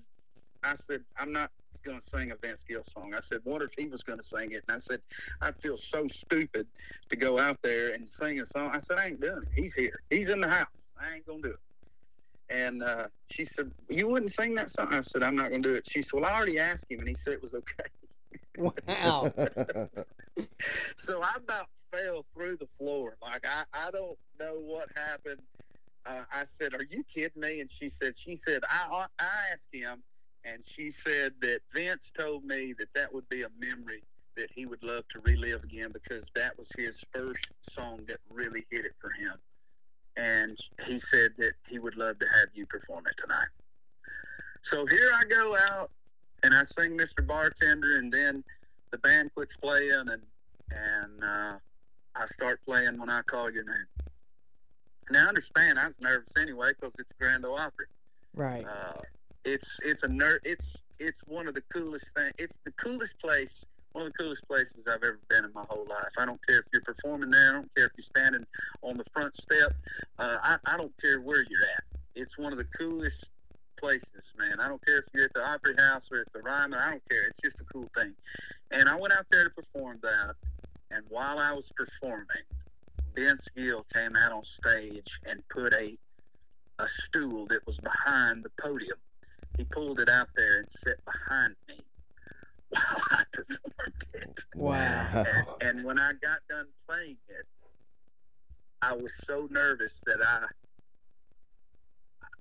Speaker 5: I said, I'm not gonna sing a Vince Gill song. I said, what if he was gonna sing it? And I said, I'd feel so stupid to go out there and sing a song. I said, I ain't doing it. He's here. He's in the house. I ain't gonna do it. And uh, she said, you wouldn't sing that song. I said, I'm not gonna do it. She said, well, I already asked him, and he said it was okay.
Speaker 3: Wow.
Speaker 5: so I about fell through the floor. Like I, I don't know what happened. Uh, I said, "Are you kidding me?" And she said, "She said I, uh, I asked him, and she said that Vince told me that that would be a memory that he would love to relive again because that was his first song that really hit it for him, and he said that he would love to have you perform it tonight." So here I go out and I sing Mr. Bartender, and then the band quits playing, and and uh, I start playing when I call your name. Now I understand I was nervous anyway because it's Grand Ole Opry.
Speaker 3: Right.
Speaker 5: Uh, it's it's a ner- it's it's one of the coolest thing. It's the coolest place. One of the coolest places I've ever been in my whole life. I don't care if you're performing there. I don't care if you're standing on the front step. Uh, I I don't care where you're at. It's one of the coolest places, man. I don't care if you're at the Opry House or at the Ryman. I don't care. It's just a cool thing. And I went out there to perform that. And while I was performing, Vince Gill came out on stage and put a a stool that was behind the podium. He pulled it out there and sat behind me
Speaker 3: Wow.
Speaker 5: And when I got done playing it, I was so nervous that I,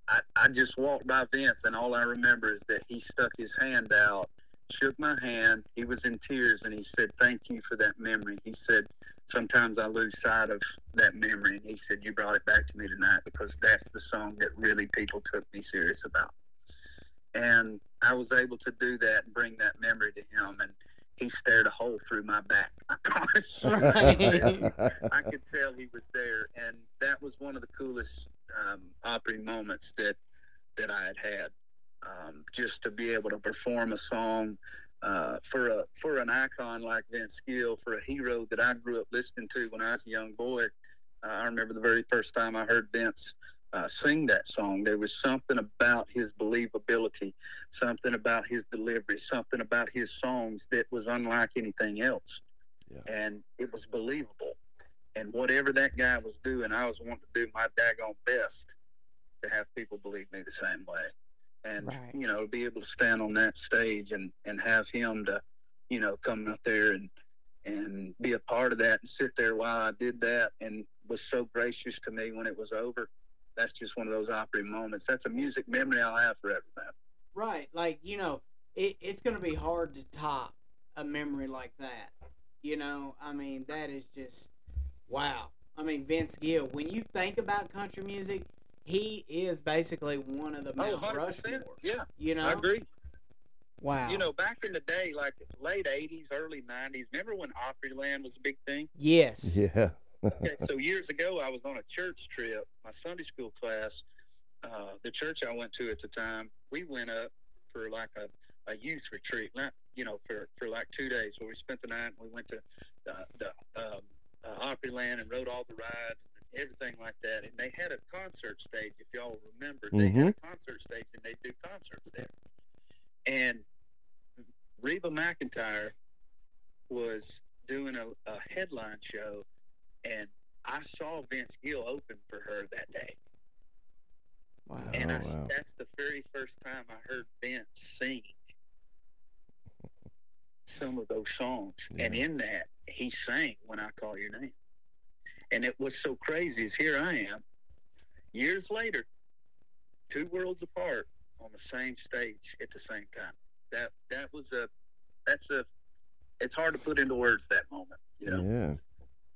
Speaker 5: I, I just walked by Vince, and all I remember is that he stuck his hand out, shook my hand. He was in tears, and he said, "Thank you for that memory." He said, "Sometimes I lose sight of that memory," and he said, "You brought it back to me tonight because that's the song that really people took me serious about." And I was able to do that and bring that memory to him, and he stared a hole through my back. I promise. you. I could tell he was there, and that was one of the coolest um, Opry moments that that I had had. Um, just to be able to perform a song uh, for a for an icon like Vince Gill, for a hero that I grew up listening to when I was a young boy. Uh, I remember the very first time I heard Vince uh, sing that song. There was something about his believability, something about his delivery, something about his songs that was unlike anything else and it was believable. And whatever that guy was doing, I was wanting to do my daggone best to have people believe me the same way. And
Speaker 3: Right.
Speaker 5: you know, be able to stand on that stage and and have him to, you know, come out there and and be a part of that and sit there while I did that and was so gracious to me when it was over. That's just one of those opera moments. That's a music memory I'll have forever, man.
Speaker 3: Right, like you know, it, it's gonna be hard to top a memory like that. You know, I mean, that is just wow. I mean, Vince Gill. When you think about country music, he is basically one of the
Speaker 5: Oh,
Speaker 3: Mount
Speaker 5: 100%.
Speaker 3: Rushmore.
Speaker 5: Yeah,
Speaker 3: You know,
Speaker 5: I agree.
Speaker 3: wow.
Speaker 5: You know, back in the day, like late '80s, early '90s. Remember when Opryland was a big thing?
Speaker 3: yes,
Speaker 2: yeah.
Speaker 5: Okay, so years ago, I was on a church trip. My Sunday school class, uh, the church I went to at the time, we went up for like a, a youth retreat, not you know for for like two days where we spent the night. and We went to uh, the um, uh, Opryland and rode all the rides and everything like that. And they had a concert stage, if y'all remember. They had a concert stage and they do concerts there. And Reba McIntyre was doing a, a headline show, and I saw Vince Gill open for her that day.
Speaker 3: wow.
Speaker 5: And
Speaker 2: Oh,
Speaker 5: I,
Speaker 2: wow.
Speaker 5: that's the very first time I heard Vince sing some of those songs. And in that, he sang When I Call Your Name. And it was so crazy is here I am, years later, two worlds apart on the same stage at the same time. That that was a that's a it's hard to put into words that moment, you know.
Speaker 2: Yeah.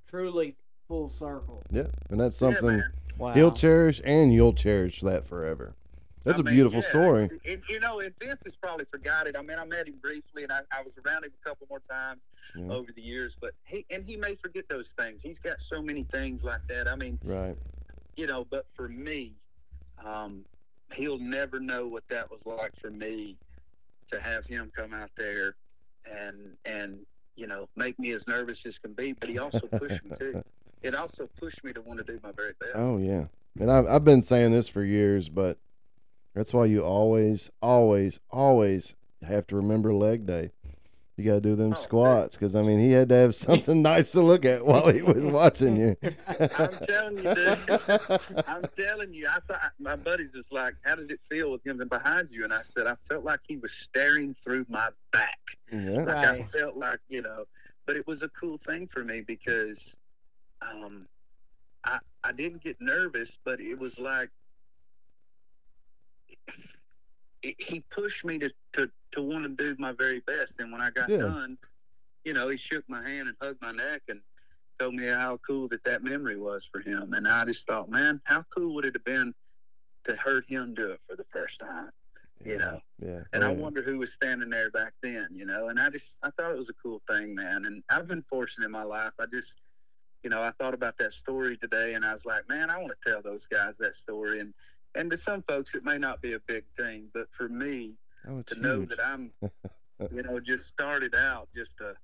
Speaker 3: Truly full circle.
Speaker 2: Yeah. And that's
Speaker 5: Yeah,
Speaker 2: something
Speaker 5: man.
Speaker 3: Wow.
Speaker 2: he'll cherish and you'll cherish that forever. That's
Speaker 5: a
Speaker 2: a beautiful story.
Speaker 5: It, you know, and Vince has probably forgot it. I mean, I met him briefly, and I, I was around him a couple more times
Speaker 2: Yeah.
Speaker 5: over the years. But he and he may forget those things. He's got so many things like that. I mean,
Speaker 2: Right.
Speaker 5: you know. But for me, um, he'll never know what that was like for me to have him come out there and and you know make me as nervous as can be. But he also pushed me too. It also pushed me to want to do my very best.
Speaker 2: Oh yeah. And I've I've been saying this for years, but that's why you always, always, always have to remember leg day. You got to do them
Speaker 5: Oh,
Speaker 2: squats because I mean he had to have something nice to look at while he was watching you.
Speaker 5: I'm telling you, dude. I'm telling you, I thought my buddies was like, "How did it feel with him behind you?" And I said, "I felt like he was staring through my back.
Speaker 2: yeah.
Speaker 5: Like I
Speaker 3: Right.
Speaker 5: felt like you know." But it was a cool thing for me because, um, I I didn't get nervous, but it was like it, he pushed me to to to want to do my very best. And when I got
Speaker 2: Yeah.
Speaker 5: done, you know, he shook my hand and hugged my neck and told me how cool that that memory was for him. And I just thought, man, how cool would it have been to heard him do it for the first time, you know?
Speaker 2: Yeah.
Speaker 5: And I
Speaker 2: yeah.
Speaker 5: wonder who was standing there back then, you know. And I just I thought it was a cool thing, man. And I've been fortunate in my life. I just you know, I thought about that story today and I was like, man, I want to tell those guys that story and and to some folks it may not be a big thing, but for me
Speaker 2: Oh, it's
Speaker 5: to know
Speaker 2: huge.
Speaker 5: that I'm you know, just started out just a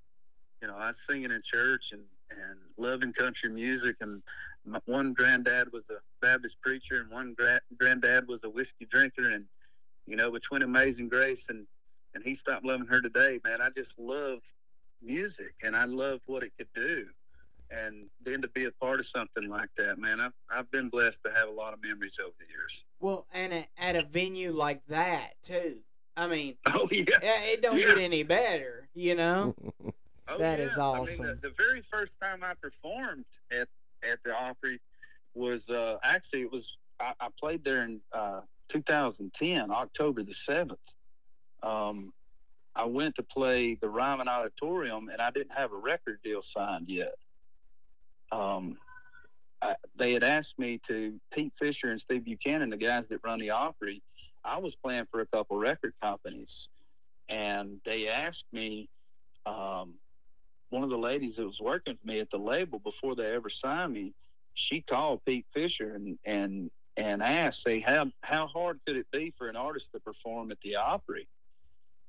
Speaker 5: you know, I was singing in church and and loving country music and my, one granddad was a Baptist preacher and one gra- granddad was a whiskey drinker and you know, between Amazing Grace and and he stopped loving her today, man. I just love music and I love what it could do. And then to be a part of something like that, man, I've, I've been blessed to have a lot of memories over the years.
Speaker 3: Well, and a, at a venue like that too, I mean,
Speaker 5: Oh yeah.
Speaker 3: yeah, it don't
Speaker 5: Yeah.
Speaker 3: get any better, you know?
Speaker 5: Oh,
Speaker 3: That
Speaker 5: yeah.
Speaker 3: is
Speaker 5: I mean,
Speaker 3: awesome.
Speaker 5: the, the very first time I performed at at the Opry was uh, actually it was I, I played there in uh, 2010, October the seventh. Um, I went to play the Ryman Auditorium, and I didn't have a record deal signed yet. Um, I, they had asked me to Pete Fisher and Steve Buchanan, the guys that run the Opry. I was playing for a couple record companies, and they asked me um, one of the ladies that was working for me at the label before they ever signed me, she called Pete Fisher and and and asked, "Say how how hard could it be for an artist to perform at the Opry?"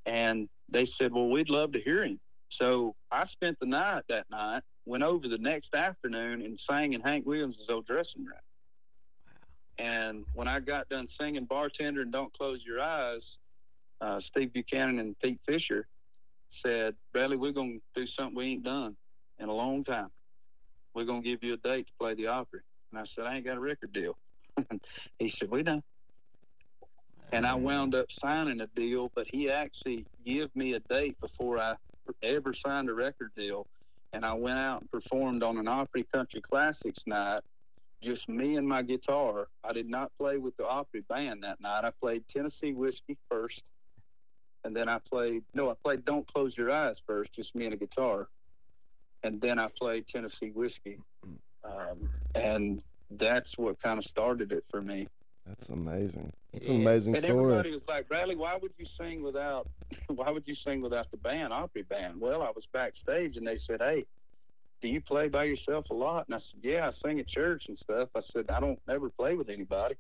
Speaker 5: And they said, "Well, we'd love to hear him." So I spent the night that night, went over the next afternoon, and sang in Hank Williams' old dressing room. And when I got done singing "Bartender" and "Don't Close Your Eyes," uh, Steve Buchanan and Pete Fisher said, Bradley, we're going to do something we ain't done in a long time. We're going to give you a date to play the Opry. And I said, I ain't got a record deal. he said, We know. And I wound up signing a deal, but he actually gave me a date before I ever signed a record deal. And I went out and performed on an Opry Country Classics night, just me and my guitar. I did not play with the Opry band that night. I played Tennessee Whiskey first and then I played no, I played Don't Close Your Eyes first, just me and a guitar, and then I played Tennessee Whiskey, um, and that's what kind of started it for me.
Speaker 2: That's amazing. It's
Speaker 3: It
Speaker 2: an
Speaker 3: is.
Speaker 2: amazing
Speaker 5: And everybody
Speaker 2: story.
Speaker 5: was like, Bradley, why would you sing without? Why would you sing without the band, Opry band? Well, I was backstage, and they said, Hey, do you play by yourself a lot? And I said, Yeah, I sing at church and stuff. I said, I don't ever play with anybody.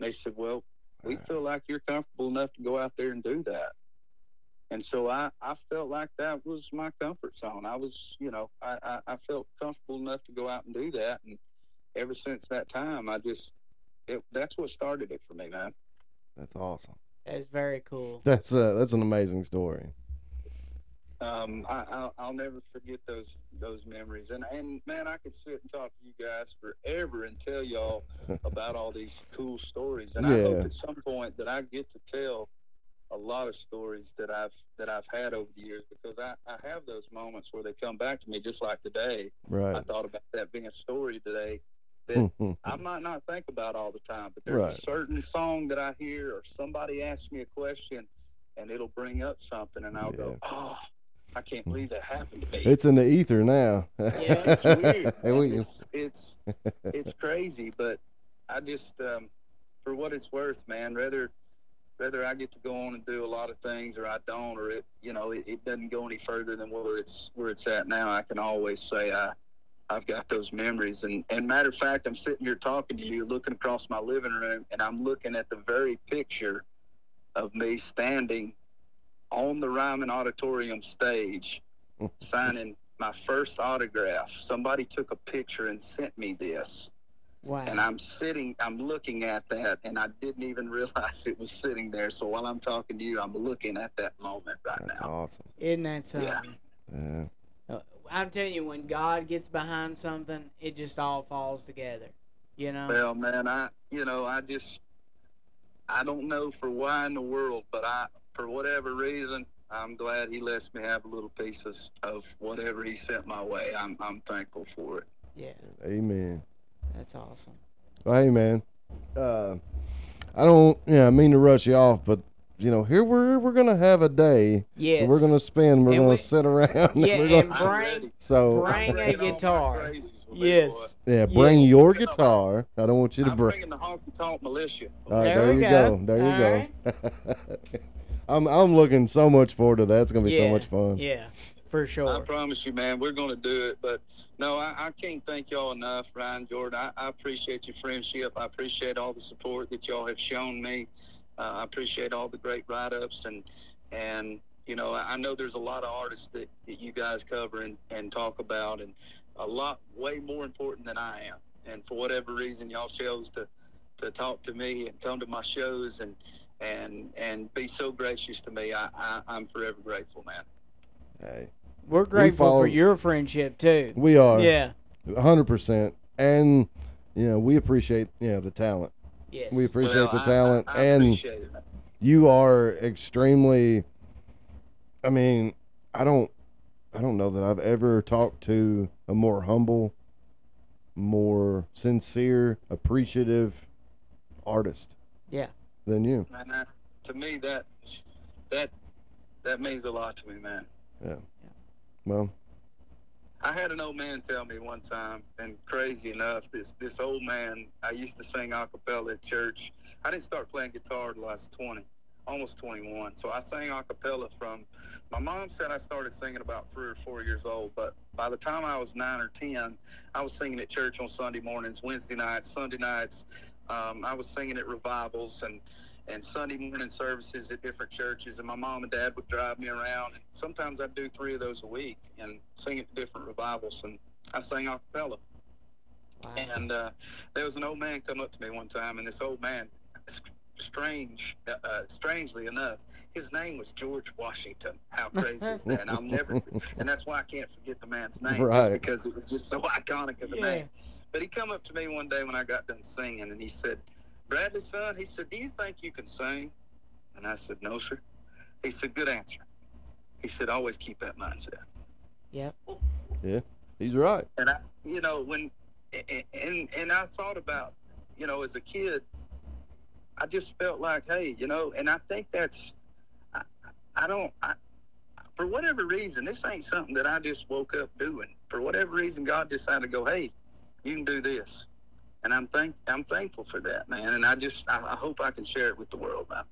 Speaker 5: And they said, Well, we feel like you're comfortable enough to go out there and do that. And so I, I felt like that was my comfort zone. I was, you know, I, I, I felt comfortable enough to go out and do that. And ever since that time, I just, it, that's what started it for me, man.
Speaker 2: That's awesome.
Speaker 3: That's very cool.
Speaker 2: That's uh, that's an amazing story.
Speaker 5: um, I, I'll, I'll never forget those those memories. And and man, I could sit and talk to you guys forever and tell y'all about all these cool stories. And I
Speaker 2: Yeah.
Speaker 5: hope at some point that I get to tell a lot of stories that I've that I've had over the years because I, I have those moments where they come back to me just like today. I
Speaker 2: Right.
Speaker 5: thought about that being a story today. I might not think about all the time, but there's
Speaker 2: Right.
Speaker 5: a certain song that I hear or somebody asks me a question and it'll bring up something and I'll
Speaker 2: Yeah.
Speaker 5: go, Oh, I can't believe that happened to me.
Speaker 2: it's in the ether now.
Speaker 3: Yeah,
Speaker 5: it's weird.
Speaker 2: And we-
Speaker 5: it's, it's it's crazy, but I just um, for what it's worth, man, rather rather I get to go on and do a lot of things or I don't or it you know, it, it doesn't go any further than where it's where it's at now. I can always say I I've got those memories. And, and matter of fact, I'm sitting here talking to you, looking across my living room, and I'm looking at the very picture of me standing on the Ryman Auditorium stage, signing my first autograph. Somebody took a picture and sent me this.
Speaker 3: Wow.
Speaker 5: And I'm sitting, I'm looking at that, and I didn't even realize it was sitting there. So while I'm talking to you, I'm looking at that moment right
Speaker 2: That's
Speaker 5: now.
Speaker 2: awesome.
Speaker 3: Isn't that
Speaker 5: Yeah.
Speaker 3: something?
Speaker 2: Yeah.
Speaker 3: Uh, I'm telling you, when God gets behind something, it just all falls together. You know?
Speaker 5: Well, man, I you know I just I don't know for why in the world, but I for whatever reason I'm glad he lets me have a little pieces of whatever he sent my way. I'm I'm thankful for it.
Speaker 3: yeah,
Speaker 2: Amen.
Speaker 3: that's awesome.
Speaker 2: Well, hey, man. Uh, I don't. Yeah, I mean to rush you off, but you know, here we're we're gonna have a day. that
Speaker 3: Yes.
Speaker 2: We're gonna spend. We're
Speaker 3: And
Speaker 2: gonna
Speaker 3: we-
Speaker 2: sit around. and
Speaker 3: Yeah,
Speaker 2: we're gonna-
Speaker 3: and
Speaker 5: I'm
Speaker 3: bring
Speaker 5: ready.
Speaker 2: so
Speaker 3: Bring a
Speaker 5: bringing all my
Speaker 3: guitar.
Speaker 5: crazies with me, boy.
Speaker 3: yes.
Speaker 2: yeah, bring
Speaker 3: yeah.
Speaker 2: your guitar. I don't want you to
Speaker 5: I'm
Speaker 2: bring.
Speaker 5: bringing the honky tonk militia.
Speaker 2: All right,
Speaker 3: There
Speaker 2: there
Speaker 3: we
Speaker 2: you
Speaker 3: go.
Speaker 2: go. There you
Speaker 3: All
Speaker 2: go. I'm I'm looking so much forward to that. It's gonna be
Speaker 3: yeah.
Speaker 2: so much fun.
Speaker 3: Yeah, for
Speaker 5: I
Speaker 3: sure.
Speaker 5: promise you, man, we're going to do it. But no, I, I can't thank y'all enough, Ryan Jordan. I, I appreciate your friendship. I appreciate all the support that y'all have shown me. Uh, I appreciate all the great write ups and and you know I, I know there's a lot of artists that, that you guys cover and, and talk about and a lot way more important than I am. And for whatever reason, y'all chose to to talk to me and come to my shows and and and be so gracious to me. I, I I'm forever grateful, man.
Speaker 2: Hey,
Speaker 3: We're grateful
Speaker 2: follow-
Speaker 3: for your friendship too.
Speaker 2: we are.
Speaker 3: yeah.
Speaker 2: hundred percent. And you know, we appreciate you know the talent.
Speaker 3: Yes.
Speaker 2: We appreciate
Speaker 5: Well,
Speaker 2: the
Speaker 5: I-
Speaker 2: talent
Speaker 5: I, I
Speaker 2: and
Speaker 5: appreciate it.
Speaker 2: you are extremely I mean, I don't I don't know that I've ever talked to a more humble, more sincere, appreciative artist
Speaker 3: Yeah.
Speaker 2: than you.
Speaker 5: Man, that, to me, that that that means a lot to me, man.
Speaker 2: Well,
Speaker 5: I had an old man tell me one time, and crazy enough, this this old man, I used to sing a cappella at church. I didn't start playing guitar till I was 20, almost 21. So I sang a cappella from, my mom said I started singing about three or four years old, but by the time I was nine or 10, I was singing at church on Sunday mornings, Wednesday nights, Sunday nights. Um, I was singing at revivals and, and Sunday morning services at different churches, and my mom and dad would drive me around. And sometimes I'd do three of those a week and sing at different revivals, and I sang a cappella.
Speaker 3: Wow.
Speaker 5: And uh, there was an old man come up to me one time, and this old man, s- strange, uh, uh, strangely enough, his name was George Washington. How crazy is that? And I'll never, and that's why I can't forget the man's name, just
Speaker 2: Right.
Speaker 5: because it was just so iconic of a
Speaker 3: Yeah.
Speaker 5: name. But he come up to me one day when I got done singing, and he said, "Bradley, son," he said, "Do you think you can sing?" And I said, "No, sir." He said, "Good answer." He said, "Always keep that mindset."
Speaker 3: Yep.
Speaker 2: he's right.
Speaker 5: and I, you know, when and- and and I thought about, you know, as a kid, I just felt like, hey, you know, and I think that's, I, I don't, I, for whatever reason, this ain't something that I just woke up doing. For whatever reason, God decided to go, hey, you can do this, and I'm thank I'm thankful for that, man. And I just I, I hope I can share it with the world. I,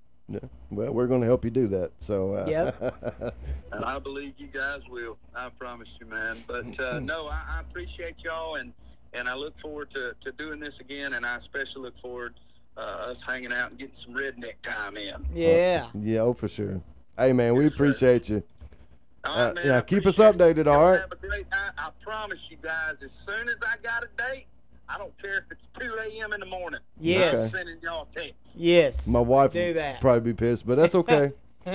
Speaker 2: Well, we're going to help you do that. So, uh,
Speaker 5: And I believe you guys will. I promise you, man. But uh, no, I, I appreciate y'all, and and I look forward to, to doing this again. And I especially look forward uh, us hanging out and getting some redneck time in.
Speaker 3: Yeah.
Speaker 2: yeah, oh, for sure. Hey, man, we
Speaker 5: Yes, sir.
Speaker 2: appreciate you.
Speaker 5: All
Speaker 2: Uh,
Speaker 5: man,
Speaker 2: yeah,
Speaker 5: I
Speaker 2: keep us
Speaker 5: appreciate
Speaker 2: updated,
Speaker 5: it. Y'all
Speaker 2: all right?
Speaker 5: Have a great night. I promise you guys, as soon as I got a date, I don't care if it's two a.m. in the morning.
Speaker 3: Yes.
Speaker 5: I'm sending y'all texts.
Speaker 3: Yes.
Speaker 2: My wife
Speaker 3: Do
Speaker 2: would
Speaker 3: that.
Speaker 2: probably be pissed, but that's okay.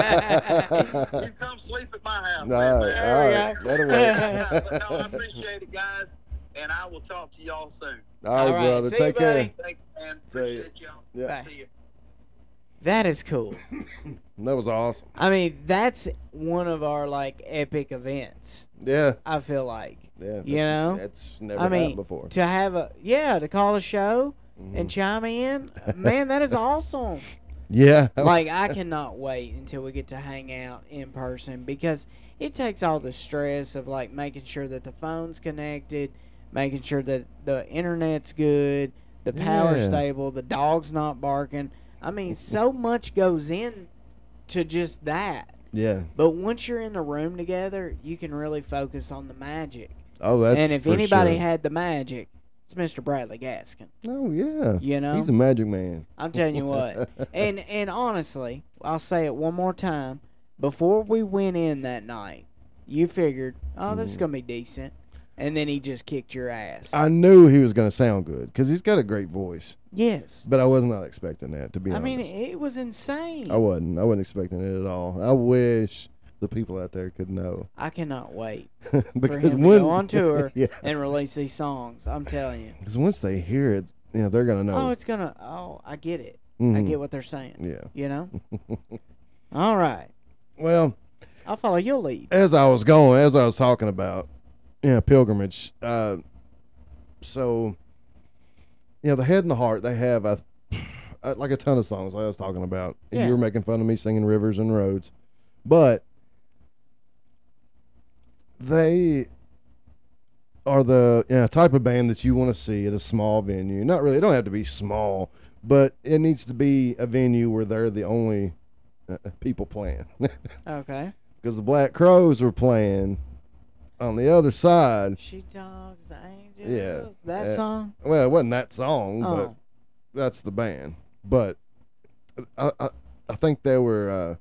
Speaker 5: You come sleep at my house.
Speaker 2: No,
Speaker 5: man,
Speaker 2: all
Speaker 5: man.
Speaker 2: right, that'll work.
Speaker 5: but no, I appreciate it, guys, and I will talk to y'all soon.
Speaker 2: All
Speaker 3: All
Speaker 2: right,
Speaker 3: right,
Speaker 2: brother,
Speaker 3: see you,
Speaker 2: take care.
Speaker 3: buddy.
Speaker 5: Thanks, man.
Speaker 2: See ya.
Speaker 5: Appreciate y'all.
Speaker 2: Yeah,
Speaker 3: Bye.
Speaker 5: See you.
Speaker 3: that is cool.
Speaker 2: that was awesome.
Speaker 3: I mean, that's one of our like epic events.
Speaker 2: Yeah,
Speaker 3: I feel like
Speaker 2: yeah. That's,
Speaker 3: You know?
Speaker 2: that's never
Speaker 3: I mean
Speaker 2: happened before. Mm-hmm.
Speaker 3: to have a yeah to call a show and chime in. Man, that is awesome.
Speaker 2: yeah,
Speaker 3: like I cannot wait until we get to hang out in person because it takes all the stress of like making sure that the phone's connected, making sure that the internet's good, the power's
Speaker 2: Yeah.
Speaker 3: stable, the dog's not barking. I mean, so much goes in to just that.
Speaker 2: yeah.
Speaker 3: But once you're in the room together, you can really focus on the magic.
Speaker 2: Oh, that's
Speaker 3: and if
Speaker 2: for
Speaker 3: anybody
Speaker 2: sure.
Speaker 3: had the magic, it's Mr. Bradley Gaskin.
Speaker 2: oh yeah,
Speaker 3: You know?
Speaker 2: he's a magic man.
Speaker 3: I'm telling you what. and and honestly, I'll say it one more time. Before we went in that night, you figured, oh, this is gonna be decent, and then he just kicked your ass.
Speaker 2: Mm. I knew he was gonna sound good because he's got a great voice,
Speaker 3: yes.
Speaker 2: but I was not expecting that to be
Speaker 3: I
Speaker 2: honest. Oh.
Speaker 3: mean, it was insane.
Speaker 2: I wasn't. I wasn't expecting it at all. I wish the people out there could know
Speaker 3: I cannot wait for
Speaker 2: because
Speaker 3: him to
Speaker 2: when
Speaker 3: go on tour
Speaker 2: yeah,
Speaker 3: and release these songs. I'm telling you.
Speaker 2: 'cause once they hear it, you know they're gonna
Speaker 3: Oh,
Speaker 2: know.
Speaker 3: it's gonna. Oh, I get it. I
Speaker 2: Mhm.
Speaker 3: get what they're saying.
Speaker 2: Yeah.
Speaker 3: You know. All right.
Speaker 2: Well,
Speaker 3: I'll follow your lead.
Speaker 2: as I was going, as I was talking about, yeah, pilgrimage. Uh, so, you know, the head and the heart, they have a, a- like a ton of songs. Like I was talking about, And
Speaker 3: Yeah.
Speaker 2: you were making fun of me singing rivers and roads, but they are the you know, type of band that you want to see at a small venue. Not really; it don't have to be small, but it needs to be a venue where they're the only uh, people playing.
Speaker 3: Okay.
Speaker 2: because the Black Crows were playing on the other side.
Speaker 3: She talks angels. That
Speaker 2: uh,
Speaker 3: song.
Speaker 2: Well, it wasn't that song,
Speaker 3: Oh.
Speaker 2: but that's the band. But I, I, I think they were. Uh,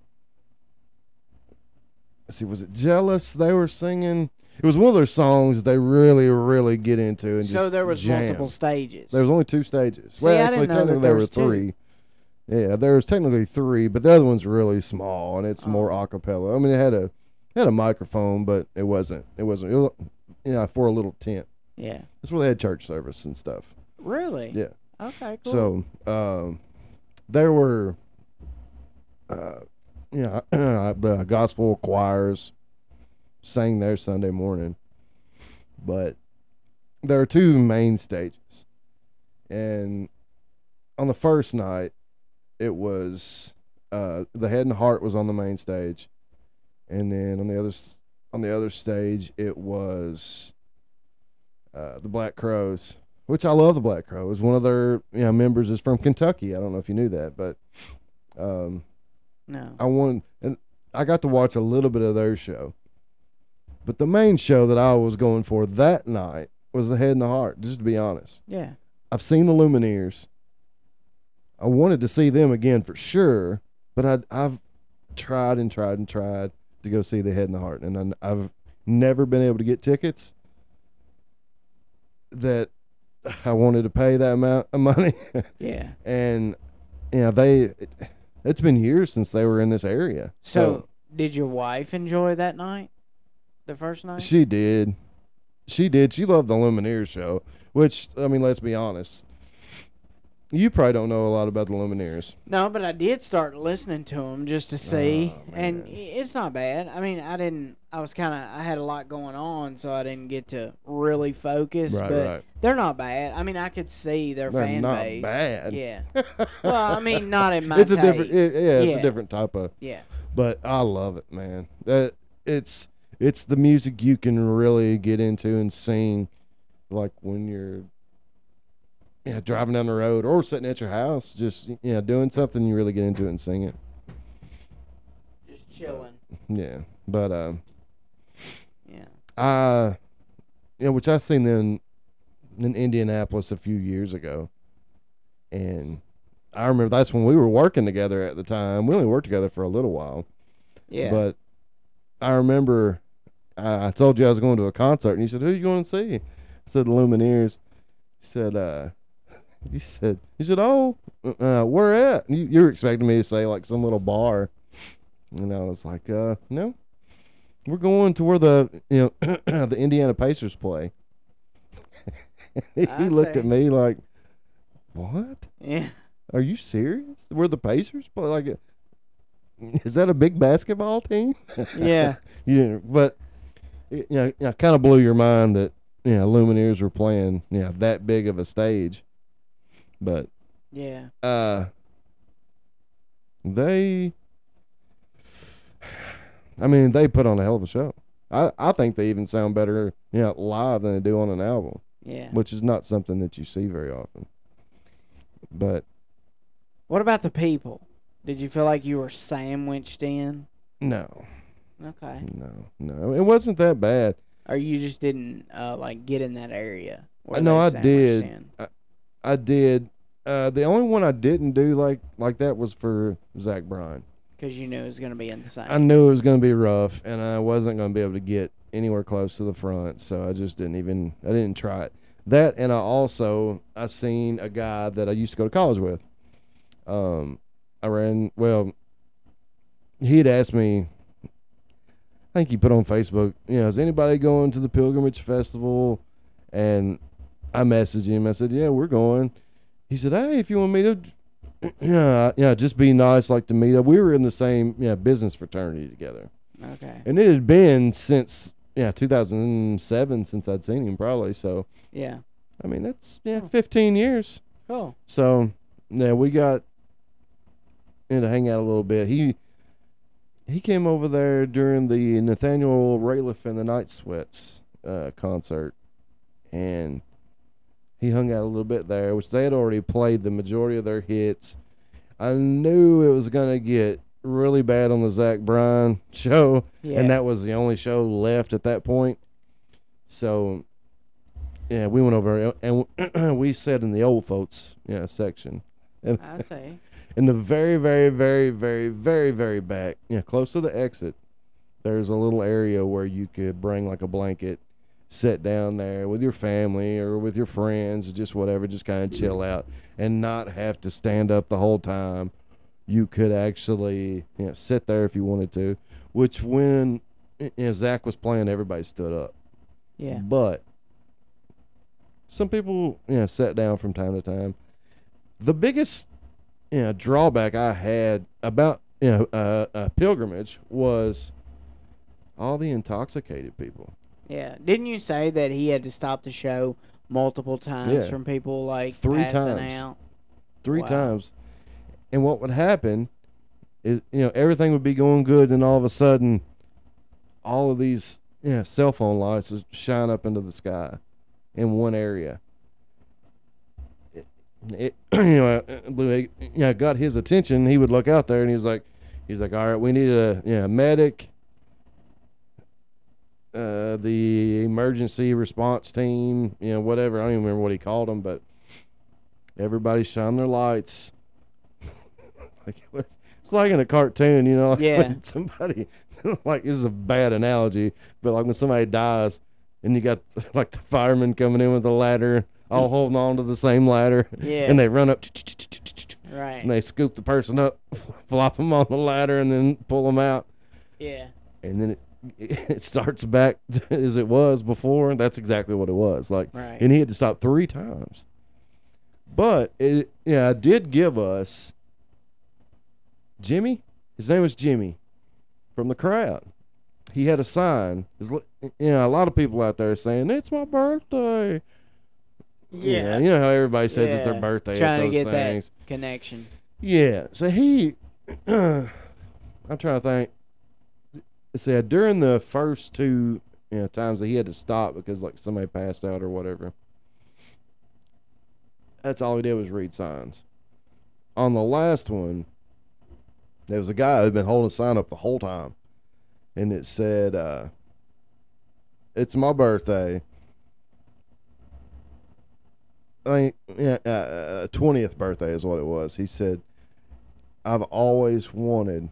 Speaker 2: let's see, was it jealous? They were singing. It was one of their songs they really, really get into. And
Speaker 3: So
Speaker 2: just
Speaker 3: there was
Speaker 2: jam.
Speaker 3: multiple stages.
Speaker 2: There was only two stages.
Speaker 3: See,
Speaker 2: well,
Speaker 3: I
Speaker 2: actually,
Speaker 3: didn't know
Speaker 2: technically
Speaker 3: that there
Speaker 2: were
Speaker 3: was two.
Speaker 2: three. Yeah, there was technically three, but the other one's really small and it's
Speaker 3: Oh.
Speaker 2: more a cappella. I mean, it had a it had a microphone, but it wasn't. It wasn't. It was, you know, for a little tent.
Speaker 3: yeah.
Speaker 2: That's where they had church service and stuff.
Speaker 3: Really?
Speaker 2: Yeah.
Speaker 3: Okay. Cool.
Speaker 2: So, um, there were uh, you know, the uh, gospel choirs sang there Sunday morning. But there are two main stages. And on the first night, it was uh, the head and heart was on the main stage, and then on the other s- on the other stage it was uh, the Black Crows, which I love. The Black Crows, one of their you know, members is from Kentucky. I don't know if you knew that, but um,
Speaker 3: No.
Speaker 2: I won, and I got to watch a little bit of their show. But the main show that I was going for that night was the Head and the Heart. Just to be honest,
Speaker 3: Yeah.
Speaker 2: I've seen the Lumineers. I wanted to see them again for sure, but I, I've tried and tried and tried to go see the Head and the Heart, and I, I've never been able to get tickets that I wanted to pay that amount of money.
Speaker 3: Yeah.
Speaker 2: and you know, they it, has been years since they were in this area.
Speaker 3: So, did your wife enjoy that night? The first night?
Speaker 2: She did. She did. She loved the Lumineers show, which I mean, let's be honest. You probably don't know a lot about the Lumineers.
Speaker 3: no, but I did start listening to them just to see,
Speaker 2: Oh,
Speaker 3: and i- it's not bad. I mean, I didn't. I was kind of. I had a lot going on, so I didn't get to really focus.
Speaker 2: Right,
Speaker 3: but
Speaker 2: right.
Speaker 3: they're not bad. I mean, I could see their
Speaker 2: They're
Speaker 3: fan
Speaker 2: not
Speaker 3: base.
Speaker 2: bad.
Speaker 3: Yeah. well, I mean, not in my.
Speaker 2: it's a different.
Speaker 3: taste.
Speaker 2: it- yeah, it's
Speaker 3: yeah.
Speaker 2: a different type of.
Speaker 3: Yeah.
Speaker 2: But I love it, man. Uh, it's it's the music you can really get into and sing, like when you're. Yeah, driving down the road or sitting at your house, just you know, doing something, you really get into it and sing it.
Speaker 3: Just chilling.
Speaker 2: Yeah, but um,
Speaker 3: Yeah.
Speaker 2: Uh you know, which I seen in in Indianapolis a few years ago. And I remember that's when we were working together at the time. We only worked together for a little while.
Speaker 3: Yeah.
Speaker 2: But I remember I I told you I was going to a concert and you said, Who you going to see? I said, The Lumineers. He said, uh you said you said, Oh, uh, where at? You, you were expecting me to say like some little bar. And I was like, uh, no. We're going to where the you know the Indiana Pacers play. he
Speaker 3: I
Speaker 2: looked
Speaker 3: see.
Speaker 2: at me like, What?
Speaker 3: yeah.
Speaker 2: Are you serious? Where the Pacers play like is that a big basketball team?
Speaker 3: Yeah.
Speaker 2: You didn't, but it, you know, I kind of blew your mind that you know Lumineers were playing you know that big of a stage, but
Speaker 3: Yeah.
Speaker 2: uh, they, I mean, they put on a hell of a show. I I think they even sound better you know live than they do on an album,
Speaker 3: Yeah.
Speaker 2: which is not something that you see very often. But
Speaker 3: What about the people? Did you feel like you were sandwiched in?
Speaker 2: no,
Speaker 3: Okay.
Speaker 2: no, no, it wasn't that bad.
Speaker 3: Or you just didn't uh, like get in that area? where
Speaker 2: No,
Speaker 3: they're
Speaker 2: I
Speaker 3: sandwiched
Speaker 2: did.
Speaker 3: in?
Speaker 2: I did. Uh, the only one I didn't do like like that was for Zach Bryan.
Speaker 3: Because you knew it was going to be insane.
Speaker 2: I knew it was going to be rough, and I wasn't going to be able to get anywhere close to the front, so I just didn't even I didn't try it. That and I also I seen a guy that I used to go to college with. Um, I ran well. He had asked me. I think he put on Facebook, you know, is anybody going to the Pilgrimage Festival? And I messaged him. I said, "Yeah, we're going." He said, "Hey, if you want me to yeah, yeah, just be nice, like to meet up. We were in the same yeah business fraternity together,
Speaker 3: okay.
Speaker 2: and it had been since yeah 2007 since I'd seen him probably. So
Speaker 3: Yeah.
Speaker 2: I mean that's yeah 15 years.
Speaker 3: Cool.
Speaker 2: So yeah, we got in to hang out a little bit. He he came over there during the Nathaniel Rateliff and the Night Sweats uh, concert, and he hung out a little bit there, which they had already played the majority of their hits. I knew it was gonna get really bad on the Zach Bryan show,
Speaker 3: Yeah.
Speaker 2: and that was the only show left at that point. So yeah, we went over and and we sat in the old folks yeah section, and,
Speaker 3: I see.
Speaker 2: in the very very very very very very back, yeah, close to the exit, there's a little area where you could bring like a blanket, sit down there with your family or with your friends, just whatever, just kind of chill out and not have to stand up the whole time. You could actually you know sit there if you wanted to, which when you know, Zach was playing, everybody stood up.
Speaker 3: Yeah.
Speaker 2: But some people, you know, sat down from time to time. The biggest, you know, drawback I had about you know, uh, uh, pilgrimage was all the intoxicated people.
Speaker 3: Yeah. Didn't you say that he had to stop the show multiple times
Speaker 2: Yeah.
Speaker 3: from people like
Speaker 2: Three
Speaker 3: passing
Speaker 2: times.
Speaker 3: out?
Speaker 2: three
Speaker 3: Wow.
Speaker 2: times. And what would happen is, you know, everything would be going good, and all of a sudden, all of these you know, cell phone lights would shine up into the sky in one area. It, it you know, uh, it blew- it, you know, got his attention. He would look out there, and he was like, he's like, all right, we need a you know, medic. Uh, the emergency response team, you know, whatever. I don't even remember what he called them, but Everybody shine their lights. like it was, it's like in a cartoon, you know. like
Speaker 3: Yeah.
Speaker 2: when somebody like this is a bad analogy, but like when somebody dies and you got like the firemen coming in with a ladder, all holding on to the same ladder.
Speaker 3: Yeah.
Speaker 2: And they run up
Speaker 3: Right.
Speaker 2: and they scoop the person up, flop them on the ladder, and then pull them out.
Speaker 3: yeah.
Speaker 2: And then it it starts back as it was before. That's exactly what it was like.
Speaker 3: Right.
Speaker 2: And he had to stop three times. But it, yeah, it did give us Jimmy. His name was Jimmy from the crowd. He had a sign. It's li- You know, a lot of people out there saying it's my birthday. You know,
Speaker 3: Yeah.
Speaker 2: you know how everybody says it's their
Speaker 3: Yeah.
Speaker 2: birthday at
Speaker 3: Trying
Speaker 2: those
Speaker 3: to get
Speaker 2: things.
Speaker 3: that connection.
Speaker 2: Yeah. So he, I'm trying to think. See, during the first two you know, times that he had to stop because like somebody passed out or whatever, that's all he did was read signs. On the last one, there was a guy who'd been holding a sign up the whole time, and it said, uh, "It's my birthday." I think yeah, uh, uh, 20th birthday is what it was. He said, I've always wanted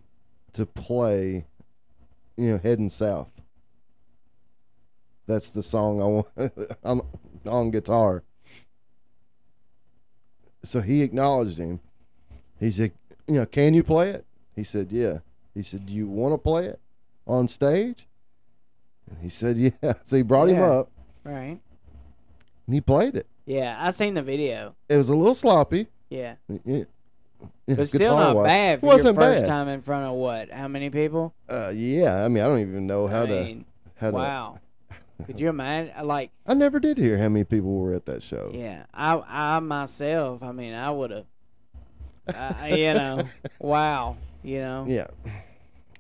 Speaker 2: to play, you know, heading south. That's the song I want I'm on guitar. So he acknowledged him. He said, you know, can you play it? He said, yeah. He said, do you want to play it on stage? And he said, yeah. So he brought him
Speaker 3: Yeah.
Speaker 2: up
Speaker 3: Right.
Speaker 2: and he played it.
Speaker 3: Yeah. I seen the video.
Speaker 2: It was a little sloppy.
Speaker 3: Yeah.
Speaker 2: But
Speaker 3: But still not bad for your first time in front of what? How many people?
Speaker 2: Uh, yeah, I mean, I don't even know how
Speaker 3: I
Speaker 2: to
Speaker 3: mean,
Speaker 2: how to.
Speaker 3: wow. Could you imagine? I Like,
Speaker 2: I never did hear how many people were at that show.
Speaker 3: yeah, I, I myself, I mean, I would have, uh, you know, wow, you know.
Speaker 2: Yeah,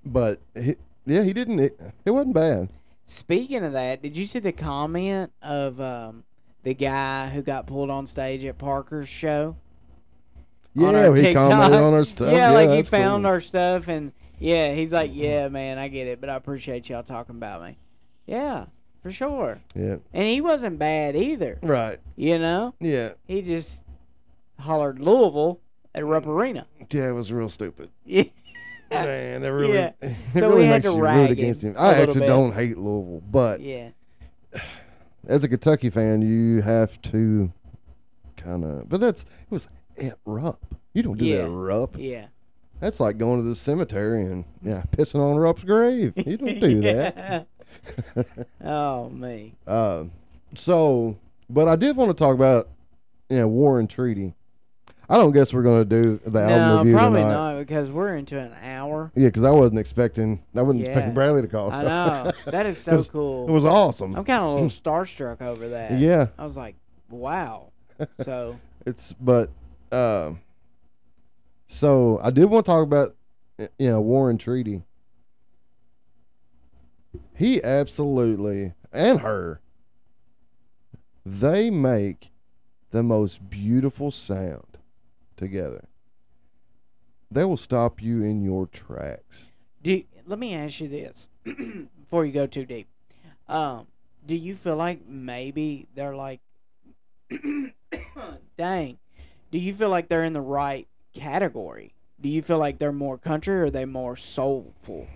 Speaker 2: but he, yeah, he didn't. It, it wasn't bad.
Speaker 3: Speaking of that, did you see the comment of um, the guy who got pulled on stage at Parker's show? on
Speaker 2: Yeah,
Speaker 3: our
Speaker 2: he
Speaker 3: TikTok.
Speaker 2: commented on our stuff.
Speaker 3: Yeah, like he
Speaker 2: that's
Speaker 3: found
Speaker 2: cool. Mm-hmm.
Speaker 3: our stuff, and yeah, he's like, "Yeah, man, I get it, but I appreciate y'all talking about me." Yeah, for sure.
Speaker 2: Yeah,
Speaker 3: And he wasn't bad either.
Speaker 2: right.
Speaker 3: You know,
Speaker 2: Yeah,
Speaker 3: he just hollered Louisville at Rupp Arena.
Speaker 2: yeah, it was real stupid.
Speaker 3: Yeah,
Speaker 2: Man, that really,
Speaker 3: Yeah.
Speaker 2: it
Speaker 3: So we
Speaker 2: really
Speaker 3: had
Speaker 2: makes
Speaker 3: to
Speaker 2: you
Speaker 3: rag
Speaker 2: root
Speaker 3: him
Speaker 2: against him.
Speaker 3: a
Speaker 2: I
Speaker 3: little
Speaker 2: actually
Speaker 3: bit.
Speaker 2: don't hate Louisville, but
Speaker 3: yeah,
Speaker 2: as a Kentucky fan, you have to kind of. But that's it was at Rupp. You don't do that
Speaker 3: Yeah.
Speaker 2: at Rupp.
Speaker 3: yeah.
Speaker 2: That's like going to the cemetery and yeah, pissing on Rupp's grave. You don't do that.
Speaker 3: oh me,
Speaker 2: Uh, so, but I did want to talk about yeah, war and treaty. I don't guess we're gonna do the album
Speaker 3: no,
Speaker 2: review
Speaker 3: probably
Speaker 2: tonight.
Speaker 3: not because we're into an hour.
Speaker 2: Yeah, because I wasn't expecting. I wasn't
Speaker 3: Yeah.
Speaker 2: expecting Bradley to call.
Speaker 3: I
Speaker 2: so-
Speaker 3: know that is so
Speaker 2: Oh, It was-
Speaker 3: cool.
Speaker 2: It was awesome.
Speaker 3: I'm kind of a little starstruck over that.
Speaker 2: Yeah,
Speaker 3: I was like, wow. So
Speaker 2: it's but um so i did want to talk about y- you know warren treaty he absolutely and her they make the most beautiful sound together they will stop you in your tracks
Speaker 3: Do let me ask you this before you go too deep. Um, do you feel like maybe they're like, dang, do you feel like they're in the right category? Do you feel like they're more country or are they more soulful?